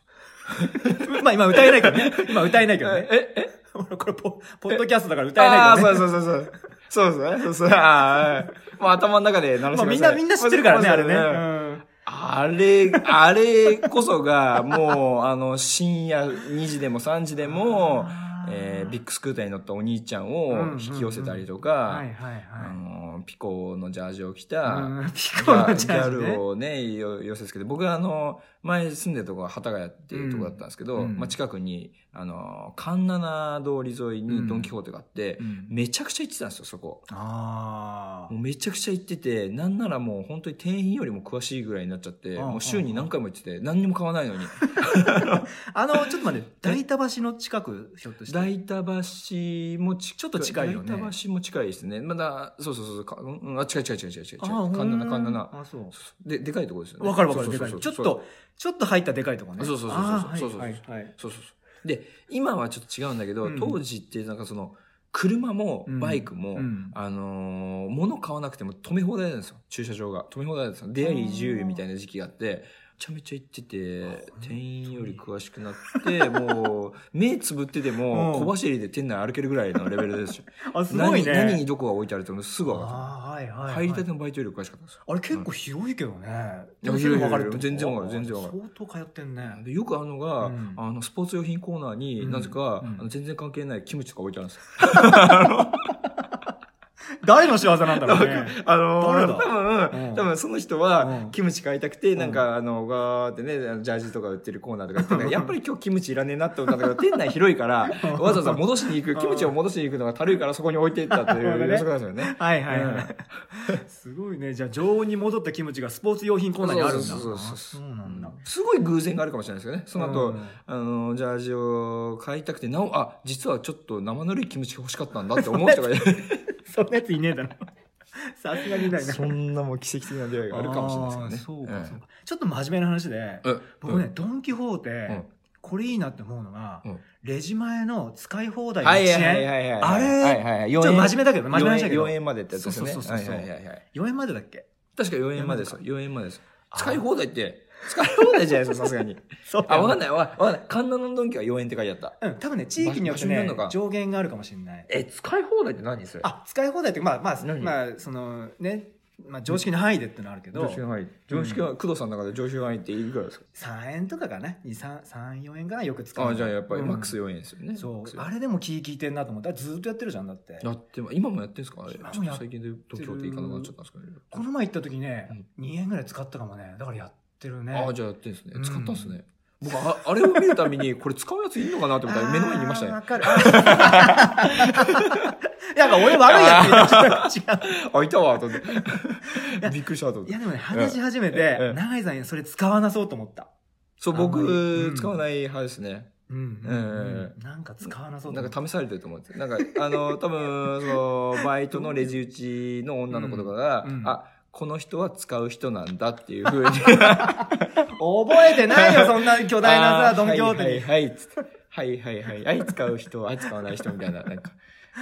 [SPEAKER 1] まあ今歌えないから ね。今歌えないけどね。
[SPEAKER 2] ええ
[SPEAKER 1] 俺これポ、ポッドキャストだから歌え
[SPEAKER 2] あ
[SPEAKER 1] な
[SPEAKER 2] あ
[SPEAKER 1] いけど
[SPEAKER 2] そう
[SPEAKER 1] ね。
[SPEAKER 2] そうそうそうそうそうそうそうああもう頭の中で鳴らし
[SPEAKER 1] ま
[SPEAKER 2] て
[SPEAKER 1] あみん
[SPEAKER 2] くださ
[SPEAKER 1] な、
[SPEAKER 2] い
[SPEAKER 1] みんな知ってるからね、あれね。
[SPEAKER 2] あれ、あれこそが、もう、あの、深夜2時でも3時でも、えービッグスクーターに乗ったお兄ちゃんを引き寄せたりと
[SPEAKER 1] うん
[SPEAKER 2] か
[SPEAKER 1] は、いはい
[SPEAKER 2] あ
[SPEAKER 1] は
[SPEAKER 2] のピコのジャージを着
[SPEAKER 1] い
[SPEAKER 2] た、
[SPEAKER 1] うん。ピ
[SPEAKER 2] ギ
[SPEAKER 1] コの
[SPEAKER 2] ャ
[SPEAKER 1] ジ
[SPEAKER 2] ギ
[SPEAKER 1] ャ
[SPEAKER 2] ャ
[SPEAKER 1] ージね
[SPEAKER 2] ル。をね、よ寄せつけて、僕はあの、前住んでるとこは幡ヶ谷っていうとこだったんですけど、
[SPEAKER 1] うん
[SPEAKER 2] まあ、近くに、あの、環七通り沿いにドン・キホーテがあって、
[SPEAKER 1] うん
[SPEAKER 2] めちゃくちゃ行ってたんですよ、そこ。
[SPEAKER 1] あ
[SPEAKER 2] もうめちゃくちゃ行ってて、なんならもう本当に店員よりも詳しいぐらいになっちゃって、
[SPEAKER 1] ああ
[SPEAKER 2] もう週に何回も行ってて、何にも買わない のに。
[SPEAKER 1] あ。あの、ちょっと待って、代田橋の近く、ひょっとして。
[SPEAKER 2] 大田橋もち
[SPEAKER 1] ちょっと近いよね
[SPEAKER 2] 大田橋も近いですね。まだ、そうそうそうそうか、うんうん、あ、近い近い近い近い近い。
[SPEAKER 1] あ
[SPEAKER 2] 神田な、神田な。
[SPEAKER 1] あ、そう。
[SPEAKER 2] で、でかいとこですよね。
[SPEAKER 1] わかるわかる、
[SPEAKER 2] そう
[SPEAKER 1] で
[SPEAKER 2] そ
[SPEAKER 1] か
[SPEAKER 2] う
[SPEAKER 1] い。
[SPEAKER 2] そ
[SPEAKER 1] ち
[SPEAKER 2] う
[SPEAKER 1] ょっと、ちょっと入ったでかいとこね。
[SPEAKER 2] そうそうそうそう
[SPEAKER 1] あー
[SPEAKER 2] そうそうそう
[SPEAKER 1] はいはいはい。
[SPEAKER 2] そうそうそう。で、今はちょっと違うんだけど、
[SPEAKER 1] うん
[SPEAKER 2] 当時ってなんかその、車も
[SPEAKER 1] うん
[SPEAKER 2] バイクも、
[SPEAKER 1] うん
[SPEAKER 2] あのー物買わなくても止め放題なんですよ。駐車場が。止め放題なんですよ。出会い自由みたいな時期があって、めちゃめちゃ行ってて、店員より詳しくなって、 もう、目つぶってても、
[SPEAKER 1] うん
[SPEAKER 2] 小走りで店内歩けるぐらいのレベルですよ。
[SPEAKER 1] あ、 すごいね。
[SPEAKER 2] 何何にどこが置いてあると思うすぐ分か
[SPEAKER 1] あーはいはい
[SPEAKER 2] る。
[SPEAKER 1] はい。
[SPEAKER 2] 入りたてのバイトより詳しかったんですよ。
[SPEAKER 1] あれ結構広いけどね。
[SPEAKER 2] いや
[SPEAKER 1] でもすぐ分かるってこと
[SPEAKER 2] 広い広い全然分かる全然分かる
[SPEAKER 1] 相当通ってんね。
[SPEAKER 2] でよくあるのが、
[SPEAKER 1] うん
[SPEAKER 2] あのスポーツ用品コーナーに、
[SPEAKER 1] うん
[SPEAKER 2] なぜか、
[SPEAKER 1] うん
[SPEAKER 2] あの全然関係ないキムチとか置いてあるんですよ。
[SPEAKER 1] 誰の仕業なんだろうね。
[SPEAKER 2] あの
[SPEAKER 1] 誰
[SPEAKER 2] ー、
[SPEAKER 1] だ
[SPEAKER 2] 多分、
[SPEAKER 1] うん
[SPEAKER 2] 多分その人
[SPEAKER 1] う
[SPEAKER 2] は
[SPEAKER 1] ん、
[SPEAKER 2] キムチ買いたくて、なんか、あの、ガーってね、あのジャージとか売ってるコーナーとか行ってね、やっぱり今日キムチいらねえなって思ったんだけど、店内広いから、わざわざ戻しに行く、キムチを戻しに行くのがたるいからそこに置いていったとい
[SPEAKER 1] なるほど
[SPEAKER 2] う
[SPEAKER 1] ね
[SPEAKER 2] 予測なんですよね。
[SPEAKER 1] はいはいは
[SPEAKER 2] う
[SPEAKER 1] い。すごいね。じゃあ、常温に戻ったキムチがスポーツ用品コーナーにあるんだ。
[SPEAKER 2] そうそうそうそう
[SPEAKER 1] あそうなんだ。
[SPEAKER 2] すごい偶然があるかもしれないですけどね。その後、
[SPEAKER 1] うん
[SPEAKER 2] あの、ジャージを買いたくて、なお、あ、実はちょっと生ぬるいキムチ欲しかったんだって思う人がいる。
[SPEAKER 1] そんなや ついねえだろ。さすがにいないな。
[SPEAKER 2] そんなもう奇跡的な出会いがあるかもしれないですけどね。
[SPEAKER 1] あーそうかそうか。ちょっと真面目な話で、
[SPEAKER 2] ええ
[SPEAKER 1] 僕ね、ドン・キホー
[SPEAKER 2] う
[SPEAKER 1] テ
[SPEAKER 2] ん、
[SPEAKER 1] これいいなって思うのが
[SPEAKER 2] うん、
[SPEAKER 1] レジ前の使い放題の
[SPEAKER 2] はい
[SPEAKER 1] 1
[SPEAKER 2] はい
[SPEAKER 1] 円。
[SPEAKER 2] はいはい。
[SPEAKER 1] あれ
[SPEAKER 2] はいはいはい
[SPEAKER 1] ちょっと真面目だけど、真面目な話だけど
[SPEAKER 2] 4。円までってやつですよね。
[SPEAKER 1] そうそうそうそう
[SPEAKER 2] はいはいはいはい。
[SPEAKER 1] 4円までだっけ
[SPEAKER 2] 確か4円までですよ。
[SPEAKER 1] 4
[SPEAKER 2] 4円までです。
[SPEAKER 1] あー
[SPEAKER 2] 使い放題って、使い放題じゃないですか、さすがに。
[SPEAKER 1] そう
[SPEAKER 2] あ、わかんないわわかんない。神田のドンキは4円って書いてあった。
[SPEAKER 1] うん、多分ね、地域によって
[SPEAKER 2] 場所によ
[SPEAKER 1] ね
[SPEAKER 2] るのか、
[SPEAKER 1] 上限があるかもしれない。
[SPEAKER 2] え、使い放題って何それ、
[SPEAKER 1] あ、使い放題って、まあまあ、
[SPEAKER 2] 何
[SPEAKER 1] まあ、そのね、まあ常識の範囲でってのあるけど、
[SPEAKER 2] 常識範囲。常識は、工藤さんの中で常識範囲っていくらですか
[SPEAKER 1] 3円とかかな、2、3、3 4円かな、よく使うの。
[SPEAKER 2] あ、じゃあやっぱり
[SPEAKER 1] うん
[SPEAKER 2] マックス4円ですよね。
[SPEAKER 1] そ
[SPEAKER 2] マックス
[SPEAKER 1] う。
[SPEAKER 2] 4円
[SPEAKER 1] あれでも気利いてんなと思ったらずっとやってるじゃん、だって。
[SPEAKER 2] やっても、今もやってんすかあれ。
[SPEAKER 1] 今もやって
[SPEAKER 2] 最近で東京って行かなくなっちゃったんですかね。
[SPEAKER 1] この前行った時ね、2円ぐらい使ったかもね。だからやってるね。
[SPEAKER 2] ああ、じゃあやってんですね
[SPEAKER 1] う。ん
[SPEAKER 2] 使ったんですね。僕、ああれを見るために、これ使うやついるのかなって思ったら目の前にいましたね
[SPEAKER 1] あー。わかる。 いや、俺悪いやつい た違う。
[SPEAKER 2] あ、いたわ、と思って。びっくりした、と思っ
[SPEAKER 1] い
[SPEAKER 2] て
[SPEAKER 1] や、。でもね、話し始めて
[SPEAKER 2] ええ、
[SPEAKER 1] 永井さんにそれ使わなそうと思った。
[SPEAKER 2] そう、
[SPEAKER 1] あんまりう
[SPEAKER 2] 僕
[SPEAKER 1] ん、
[SPEAKER 2] 使わない派ですね。
[SPEAKER 1] うんうんうんなんか使わなそうだ
[SPEAKER 2] なんか試されてると思うんですよ。なんか、あの、多分、その、バイトのレジ打ちの女の子とかが、
[SPEAKER 1] うんうん
[SPEAKER 2] あ、この人は使う人なんだっていうふうに。
[SPEAKER 1] 覚えてないよ、そん な巨大な
[SPEAKER 2] あ
[SPEAKER 1] さ、
[SPEAKER 2] ー
[SPEAKER 1] ドンキョー
[SPEAKER 2] は
[SPEAKER 1] テ
[SPEAKER 2] いはい
[SPEAKER 1] に。
[SPEAKER 2] はい、つってはいはいはい。はい、使う人、はい、使わない人みたいな、なんか、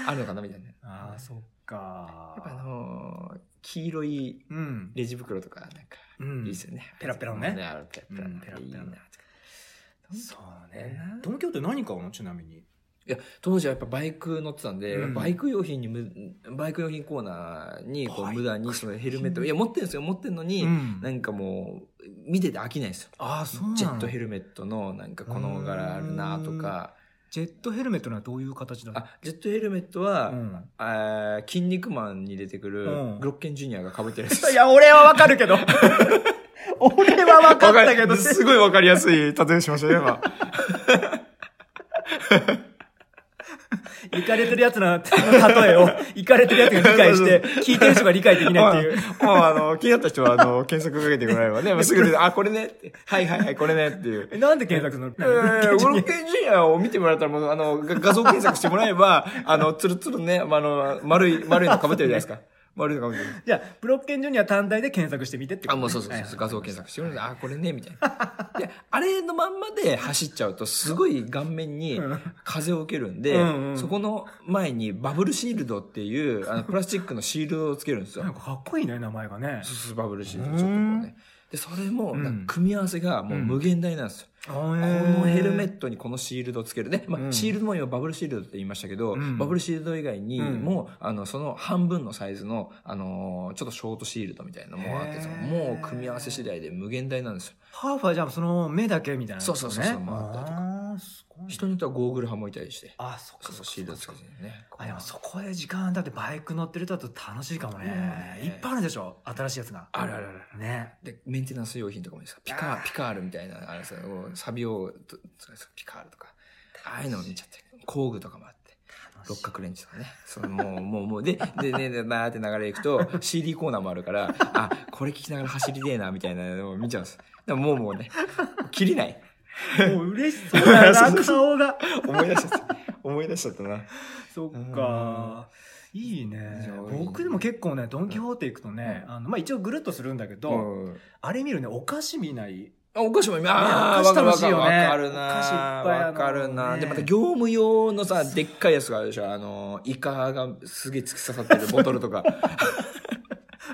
[SPEAKER 2] あるのかなみたいな。や
[SPEAKER 1] ああ、そっ
[SPEAKER 2] っぱあ
[SPEAKER 1] か。
[SPEAKER 2] のー黄色い
[SPEAKER 1] うん。
[SPEAKER 2] レジ袋とか、なんか、
[SPEAKER 1] うん
[SPEAKER 2] いいですよね。
[SPEAKER 1] ペラペラのね
[SPEAKER 2] あれペラペラ
[SPEAKER 1] うん
[SPEAKER 2] の。
[SPEAKER 1] ペラペラの
[SPEAKER 2] いいなとか
[SPEAKER 1] そうね。ドンキョーテ何買うのちなみに。
[SPEAKER 2] いや、当時はやっぱバイク乗ってたんで、
[SPEAKER 1] うん
[SPEAKER 2] バイク用品にむ、バイク用品コーナーに、こ
[SPEAKER 1] バ
[SPEAKER 2] う、
[SPEAKER 1] イク
[SPEAKER 2] 無駄に、そのヘルメット、いや、持ってるんですよ、持ってるのに、
[SPEAKER 1] うん
[SPEAKER 2] なんかもう、見てて飽きないんですよ。
[SPEAKER 1] ああ、そうなの
[SPEAKER 2] ジェットヘルメットの、なんかこの柄あるなとか、
[SPEAKER 1] ジェットヘルメットのはどういう形だ
[SPEAKER 2] あ、ジェットヘルメットは、
[SPEAKER 1] うん
[SPEAKER 2] あー筋肉マンに出てくる
[SPEAKER 1] うん、
[SPEAKER 2] グロッケンジュニアが被ってるや つ。
[SPEAKER 1] いや、俺はわかるけ ど。俺はわかったけど。
[SPEAKER 2] すごいわかりやすい例えしましたね、今。
[SPEAKER 1] 行かれてるやつの 例えを、行かれてるやつが理解して、聞いてる人が理解でき ないっていう。
[SPEAKER 2] もうあの、気になった人は、あの、検索かけてもらえばね、すぐ出て、あ、これねって、はいはいはい、これねっていう。
[SPEAKER 1] えなんで検索するの
[SPEAKER 2] えー、ゴルフ系ジュニアを見てもらったら、もう、あの、が画像検索してもらえば、あの、つるつるね、まああの、丸い、丸いの被ってるじゃないですか。丸いの被ってる。
[SPEAKER 1] じゃあ、ブロッケンジュニア単体で検索してみてってこ
[SPEAKER 2] あ、
[SPEAKER 1] とね
[SPEAKER 2] もうそうそう
[SPEAKER 1] はいうは
[SPEAKER 2] そ
[SPEAKER 1] い
[SPEAKER 2] 画像検索してもらえば、あ、これね、みたいな。で、あれのまんまで走っちゃうと、すごい顔面に
[SPEAKER 1] うん
[SPEAKER 2] 風を受けるんで、
[SPEAKER 1] うんうん
[SPEAKER 2] そこの前にバブルシールドっていう、あの、プラスチックのシールドをつけるんですよ
[SPEAKER 1] なん。かかっこいいね、名前がね。
[SPEAKER 2] ススバブルシールドちょっとこうね。で、それも、
[SPEAKER 1] うん
[SPEAKER 2] なんか組み合わせがもう無限大なんですよ。
[SPEAKER 1] こ
[SPEAKER 2] こ
[SPEAKER 1] の
[SPEAKER 2] のヘルメットにこのシールドをつけるね。まあ、
[SPEAKER 1] うん
[SPEAKER 2] シールドも今バブルシールドって言いましたけど、
[SPEAKER 1] うん
[SPEAKER 2] バブルシールド以外にも、あの、その半分のサイズの、あのーちょっとショートシールドみたいなのもあっ
[SPEAKER 1] へ
[SPEAKER 2] て、
[SPEAKER 1] ー
[SPEAKER 2] そのもう組み合わせ次第で無限大なんですよ。
[SPEAKER 1] ハーフはじゃあその目だけみたいな、ね。
[SPEAKER 2] そうそうそうそう回ったりとか
[SPEAKER 1] ああ、すごい。
[SPEAKER 2] 人によってはゴーグル派もいたりして。
[SPEAKER 1] あ、そっかそ
[SPEAKER 2] そうそうう、
[SPEAKER 1] シ
[SPEAKER 2] シ
[SPEAKER 1] ール
[SPEAKER 2] ール
[SPEAKER 1] ド
[SPEAKER 2] ド
[SPEAKER 1] つ
[SPEAKER 2] つ
[SPEAKER 1] け
[SPEAKER 2] け
[SPEAKER 1] て
[SPEAKER 2] てね。
[SPEAKER 1] あ、でもそこで時間だってバイク乗ってるとだと楽しいかも
[SPEAKER 2] そう
[SPEAKER 1] ね
[SPEAKER 2] ね。
[SPEAKER 1] いっぱいあるでしょ新しいやつが。
[SPEAKER 2] あるあるある。
[SPEAKER 1] ね。
[SPEAKER 2] で、メンテナンス用品とかもですかピカ
[SPEAKER 1] あー、
[SPEAKER 2] ピカールみたいな、あれさ、こうサビを、とそうですピカールとか、ああいうのを見ちゃって、工具とかもあって。六角レンチとかね。そのもう、もう、もう、で、で、ね、で、バーって流れ行くと、CD コーナーもあるから、あ、これ聞きながら走りてえな、みたいなのを見ちゃうんです。でももうもうね、切りない。
[SPEAKER 1] もう嬉しそうだ
[SPEAKER 2] そ
[SPEAKER 1] な、
[SPEAKER 2] うそ
[SPEAKER 1] 顔が。
[SPEAKER 2] 思い出しちゃった。思い出しちゃったな。
[SPEAKER 1] そっか。いいね
[SPEAKER 2] いや。
[SPEAKER 1] 僕でも結構ね、ドンキホーテ行くとね、あの、まあ、一応ぐるっとするんだけど、
[SPEAKER 2] うん
[SPEAKER 1] あれ見るね、お菓子見ない。
[SPEAKER 2] あ、お菓子も今、
[SPEAKER 1] ねお
[SPEAKER 2] あ
[SPEAKER 1] 菓
[SPEAKER 2] ー、
[SPEAKER 1] 子楽
[SPEAKER 2] わ
[SPEAKER 1] しい
[SPEAKER 2] か
[SPEAKER 1] よ
[SPEAKER 2] る
[SPEAKER 1] ね
[SPEAKER 2] わかる
[SPEAKER 1] お菓子いっ
[SPEAKER 2] な
[SPEAKER 1] ぱいある
[SPEAKER 2] わかる
[SPEAKER 1] もん
[SPEAKER 2] な
[SPEAKER 1] ね
[SPEAKER 2] で、また業務用のさ、でっかいやつがあるでしょ。あの、イカがすげえ突き刺さってるボトルと か。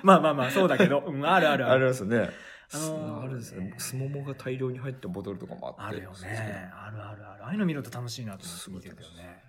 [SPEAKER 1] まあまあまあ、そうだけど、 うん、あるあるある。
[SPEAKER 2] ますよね。
[SPEAKER 1] あのー
[SPEAKER 2] あるんですね。すももが大量に入ったボトルとかもあっ
[SPEAKER 1] あ
[SPEAKER 2] て。
[SPEAKER 1] るよね。あるあるある。ああいうの見ると楽しいなと思って見てるけど
[SPEAKER 2] すごい
[SPEAKER 1] ね。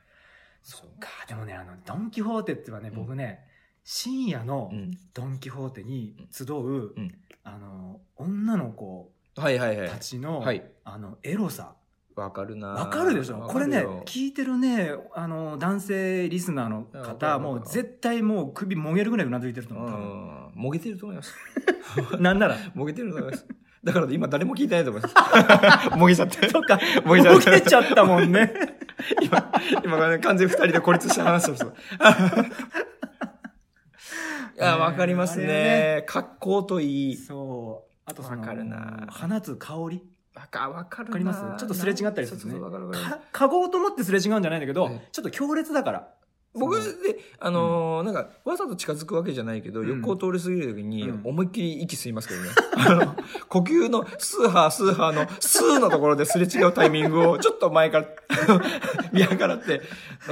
[SPEAKER 1] そうか。でもね、あの、ドンキホーテってはね、僕ね、深夜の
[SPEAKER 2] うん。
[SPEAKER 1] ドンキホーテに集う、
[SPEAKER 2] うん
[SPEAKER 1] あの、女の子
[SPEAKER 2] はいはいはい
[SPEAKER 1] た。ちの、
[SPEAKER 2] はい
[SPEAKER 1] あの、エロさ。
[SPEAKER 2] わかるな
[SPEAKER 1] わかるでしょ
[SPEAKER 2] わ
[SPEAKER 1] こ
[SPEAKER 2] か
[SPEAKER 1] れ
[SPEAKER 2] る
[SPEAKER 1] ね
[SPEAKER 2] よ、
[SPEAKER 1] 聞いてるね、あの、男性リスナーの
[SPEAKER 2] いやわかる
[SPEAKER 1] 方、
[SPEAKER 2] わかる
[SPEAKER 1] もう絶対もう首もげるぐらいうなずいてると
[SPEAKER 2] う
[SPEAKER 1] 思う多
[SPEAKER 2] ん。もげてると思います。
[SPEAKER 1] 分。なんなら。
[SPEAKER 2] もげてると思います。だから今誰も聞いてないと思います。 もげちゃって。
[SPEAKER 1] そっか、も
[SPEAKER 2] もげちゃった
[SPEAKER 1] げちゃったもんね。
[SPEAKER 2] 今、今完全に二人で孤立して話してます。 いや、わかります
[SPEAKER 1] あれ
[SPEAKER 2] ね。格好と いい。
[SPEAKER 1] そう。あとその、
[SPEAKER 2] わかるな
[SPEAKER 1] 放つ香り。
[SPEAKER 2] わか、わかる
[SPEAKER 1] わ
[SPEAKER 2] な
[SPEAKER 1] かりますちょっとすれ違ったりするんですね
[SPEAKER 2] そうそうわかるわかる
[SPEAKER 1] か、かごうと思ってすれ違うんじゃないんだけど
[SPEAKER 2] ええ、
[SPEAKER 1] ちょっと強烈だから。
[SPEAKER 2] 僕で、あのーなんか、わざと近づくわけじゃないけど、
[SPEAKER 1] うん
[SPEAKER 2] 横を通り過ぎるときに
[SPEAKER 1] うん、
[SPEAKER 2] 思いっきり息吸いますけどね。 あの、呼吸の、スーハー、スーハーの、スーのところですれ違うタイミングを、ちょっと前から、 見計 らって、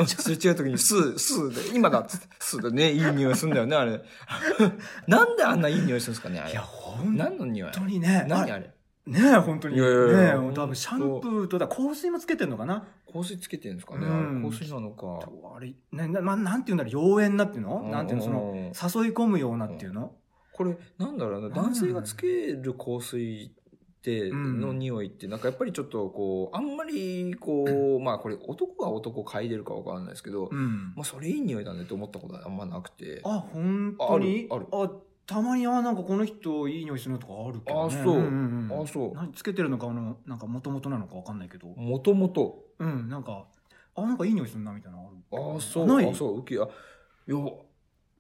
[SPEAKER 2] すれ違うときに、スー、スーで、今だっつって、スーでね、いい匂いするんだよね、あれ。 なんであんないい匂いするんですかね、あ
[SPEAKER 1] いや、
[SPEAKER 2] れ。
[SPEAKER 1] ほん
[SPEAKER 2] 何の匂い
[SPEAKER 1] とにね。
[SPEAKER 2] 何あれ
[SPEAKER 1] ねえ、本当に。
[SPEAKER 2] い
[SPEAKER 1] ね
[SPEAKER 2] やいやいや
[SPEAKER 1] え、
[SPEAKER 2] ほんと
[SPEAKER 1] 多分シャンプーと、だから香水もつけてんのかな
[SPEAKER 2] 香水つけてるんですかね、
[SPEAKER 1] うん
[SPEAKER 2] あれ香水なのか。
[SPEAKER 1] あれ、な、な、まなんていうんだろう、妖艶なっていうの
[SPEAKER 2] うん
[SPEAKER 1] なんていうの、その、
[SPEAKER 2] うん
[SPEAKER 1] 誘い込むようなっていうの
[SPEAKER 2] これなんだろうな男性がつける香水って
[SPEAKER 1] うん
[SPEAKER 2] の匂いってなんかやっぱりちょっとこうあんまりこ うまあこれ男が男嗅いでるかわかんないですけど、
[SPEAKER 1] うん。
[SPEAKER 2] まあそれいい匂いだねって思ったことはあんまなくて
[SPEAKER 1] あ、本当に
[SPEAKER 2] ある
[SPEAKER 1] あたまに、あ、なんかこの人いい匂いするのとかあるけど、ね。
[SPEAKER 2] あそうん
[SPEAKER 1] んん
[SPEAKER 2] あそう
[SPEAKER 1] 何つけてるのか、あの、なんか元々なのかわかんないけど。
[SPEAKER 2] もともと
[SPEAKER 1] うん、なんか、あ、なんかいい匂いするな、みたいなのあるけど。
[SPEAKER 2] ああそう
[SPEAKER 1] ない
[SPEAKER 2] あそうウキあいやちょ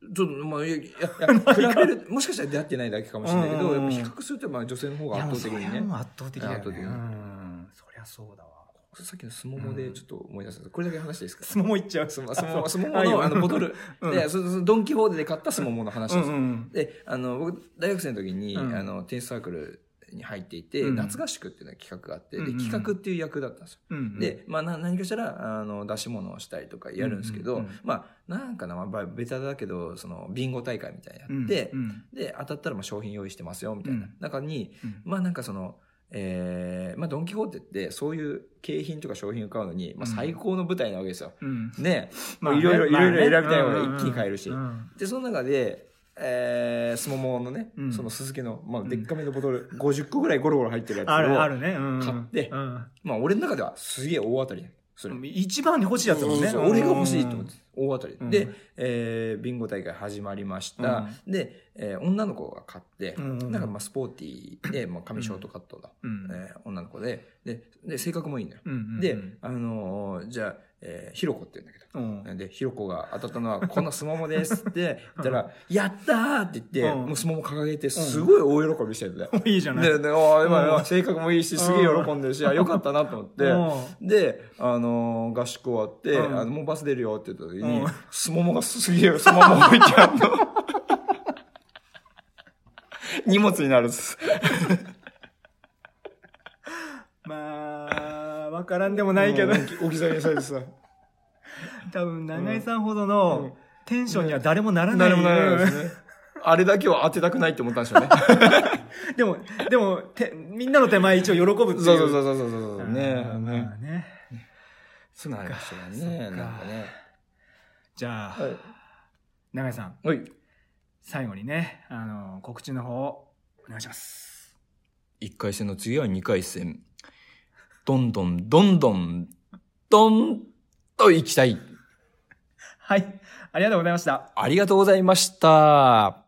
[SPEAKER 2] っとまあいやい や比べるもしかしたら出会ってないだけかもしれないけ
[SPEAKER 1] うん
[SPEAKER 2] ど、
[SPEAKER 1] うんうん
[SPEAKER 2] やっぱ比較するとまあ女性の方
[SPEAKER 1] い
[SPEAKER 2] が
[SPEAKER 1] や、もう
[SPEAKER 2] 圧
[SPEAKER 1] そ
[SPEAKER 2] 倒的
[SPEAKER 1] れ
[SPEAKER 2] に
[SPEAKER 1] は
[SPEAKER 2] ね
[SPEAKER 1] もう圧倒的だよ
[SPEAKER 2] 圧倒
[SPEAKER 1] ね。
[SPEAKER 2] 的
[SPEAKER 1] う
[SPEAKER 2] に
[SPEAKER 1] ん。そりゃそうだわ。
[SPEAKER 2] さっきのスモモでちょっと思い出したんですけどこれだけ話していいですか
[SPEAKER 1] スモモいっちゃう。
[SPEAKER 2] スモスモモスモモ
[SPEAKER 1] あいい
[SPEAKER 2] の
[SPEAKER 1] よ
[SPEAKER 2] あのボトル、
[SPEAKER 1] うん
[SPEAKER 2] でそ のそのドン・キホーテで買ったスモモの
[SPEAKER 1] う
[SPEAKER 2] 話なんんです
[SPEAKER 1] う
[SPEAKER 2] よ、
[SPEAKER 1] ん
[SPEAKER 2] であの僕大学生の時に、
[SPEAKER 1] うん
[SPEAKER 2] あのテニスサークルに入っていて、
[SPEAKER 1] うん
[SPEAKER 2] 夏合宿っていうのが企画があって、
[SPEAKER 1] うんうんうん
[SPEAKER 2] で企画っていう役だったんですよ、
[SPEAKER 1] うん。
[SPEAKER 2] で、まあ、な何かしらあの出し物をしたりとかやるんですけど、
[SPEAKER 1] うんうんうん
[SPEAKER 2] まあなんかな、まあ、ベタだけどそのビンゴ大会みたいな
[SPEAKER 1] う
[SPEAKER 2] のや
[SPEAKER 1] ん、
[SPEAKER 2] って、
[SPEAKER 1] うん
[SPEAKER 2] で当たったらもう商品用意してますよみたいな、
[SPEAKER 1] うん
[SPEAKER 2] 中に
[SPEAKER 1] うん
[SPEAKER 2] まあなんかその、えーまあドン・キホーテってそういう景品とか商品を買うのに、まあ
[SPEAKER 1] うん
[SPEAKER 2] 最高の舞台なわけですよ。
[SPEAKER 1] うん。
[SPEAKER 2] ね
[SPEAKER 1] まあ
[SPEAKER 2] いろいろ
[SPEAKER 1] ね
[SPEAKER 2] いろいろ選びたいもの
[SPEAKER 1] まあね
[SPEAKER 2] 一気に買えるし
[SPEAKER 1] うんうん
[SPEAKER 2] で、その中で、えー、スモモのね、
[SPEAKER 1] うん
[SPEAKER 2] そのスズキの、まあ
[SPEAKER 1] うん
[SPEAKER 2] でっかめのボトル、50個ぐらいゴロゴロ入ってるやつを、
[SPEAKER 1] あるあるね。うん
[SPEAKER 2] 買って
[SPEAKER 1] うん
[SPEAKER 2] まあ俺の中ではすげえ大当たりそれ。
[SPEAKER 1] 一番に欲しいやつだもんね。
[SPEAKER 2] そうそう俺が欲しいと思って、大当たり。
[SPEAKER 1] うん
[SPEAKER 2] で、えー、ビンゴ大会始まりました。で、えー女の子が買って、
[SPEAKER 1] うんうんうん
[SPEAKER 2] なんかまあスポーティーで、まあ髪ショートカットだ。
[SPEAKER 1] うん。うん
[SPEAKER 2] えー女の子ででで性格もいいんだよ、
[SPEAKER 1] うんうん
[SPEAKER 2] で、あのーじゃあ、えーひろこって言うんだけど
[SPEAKER 1] うん
[SPEAKER 2] でひろこが当たったのは「このスモモです」って 言ったら「やったー!」って言って、
[SPEAKER 1] うん
[SPEAKER 2] もうスモモ掲げてすごい大喜びしてるんだよ、
[SPEAKER 1] いいじゃない。
[SPEAKER 2] ででおー今、
[SPEAKER 1] うん
[SPEAKER 2] 性格もいいしすげえ喜んでるし、あよかったなと思って。
[SPEAKER 1] うん
[SPEAKER 2] で、あのー合宿終わって、
[SPEAKER 1] うん
[SPEAKER 2] あの、もうバス出るよって言った時に、
[SPEAKER 1] うん
[SPEAKER 2] すももがすげえ、そのま ま置いてあるの。荷物になるっす。
[SPEAKER 1] まあ、わからんでもないけど
[SPEAKER 2] う、ん置き去りにされてさ。
[SPEAKER 1] 多分、長井さんほどのテンションには誰もならない。
[SPEAKER 2] 誰もならないですね。あれだけは当てたくないって思ったんでしょうね。
[SPEAKER 1] でも、でも、てみんなの手前一応喜ぶっていう。
[SPEAKER 2] そうそうそうそうそうそう。ね
[SPEAKER 1] あーまあね。
[SPEAKER 2] そうなんですよ
[SPEAKER 1] そ
[SPEAKER 2] ね。
[SPEAKER 1] っか
[SPEAKER 2] なんかね。
[SPEAKER 1] じゃあ、
[SPEAKER 2] は
[SPEAKER 1] 長井さん、
[SPEAKER 2] い。はい。
[SPEAKER 1] 最後にね、あの、告知の方をお願いします。
[SPEAKER 2] 1回戦の次は2回戦。どんどん、どんどん、どんと行きたい。
[SPEAKER 1] はい。ありがとうございました。
[SPEAKER 2] ありがとうございました。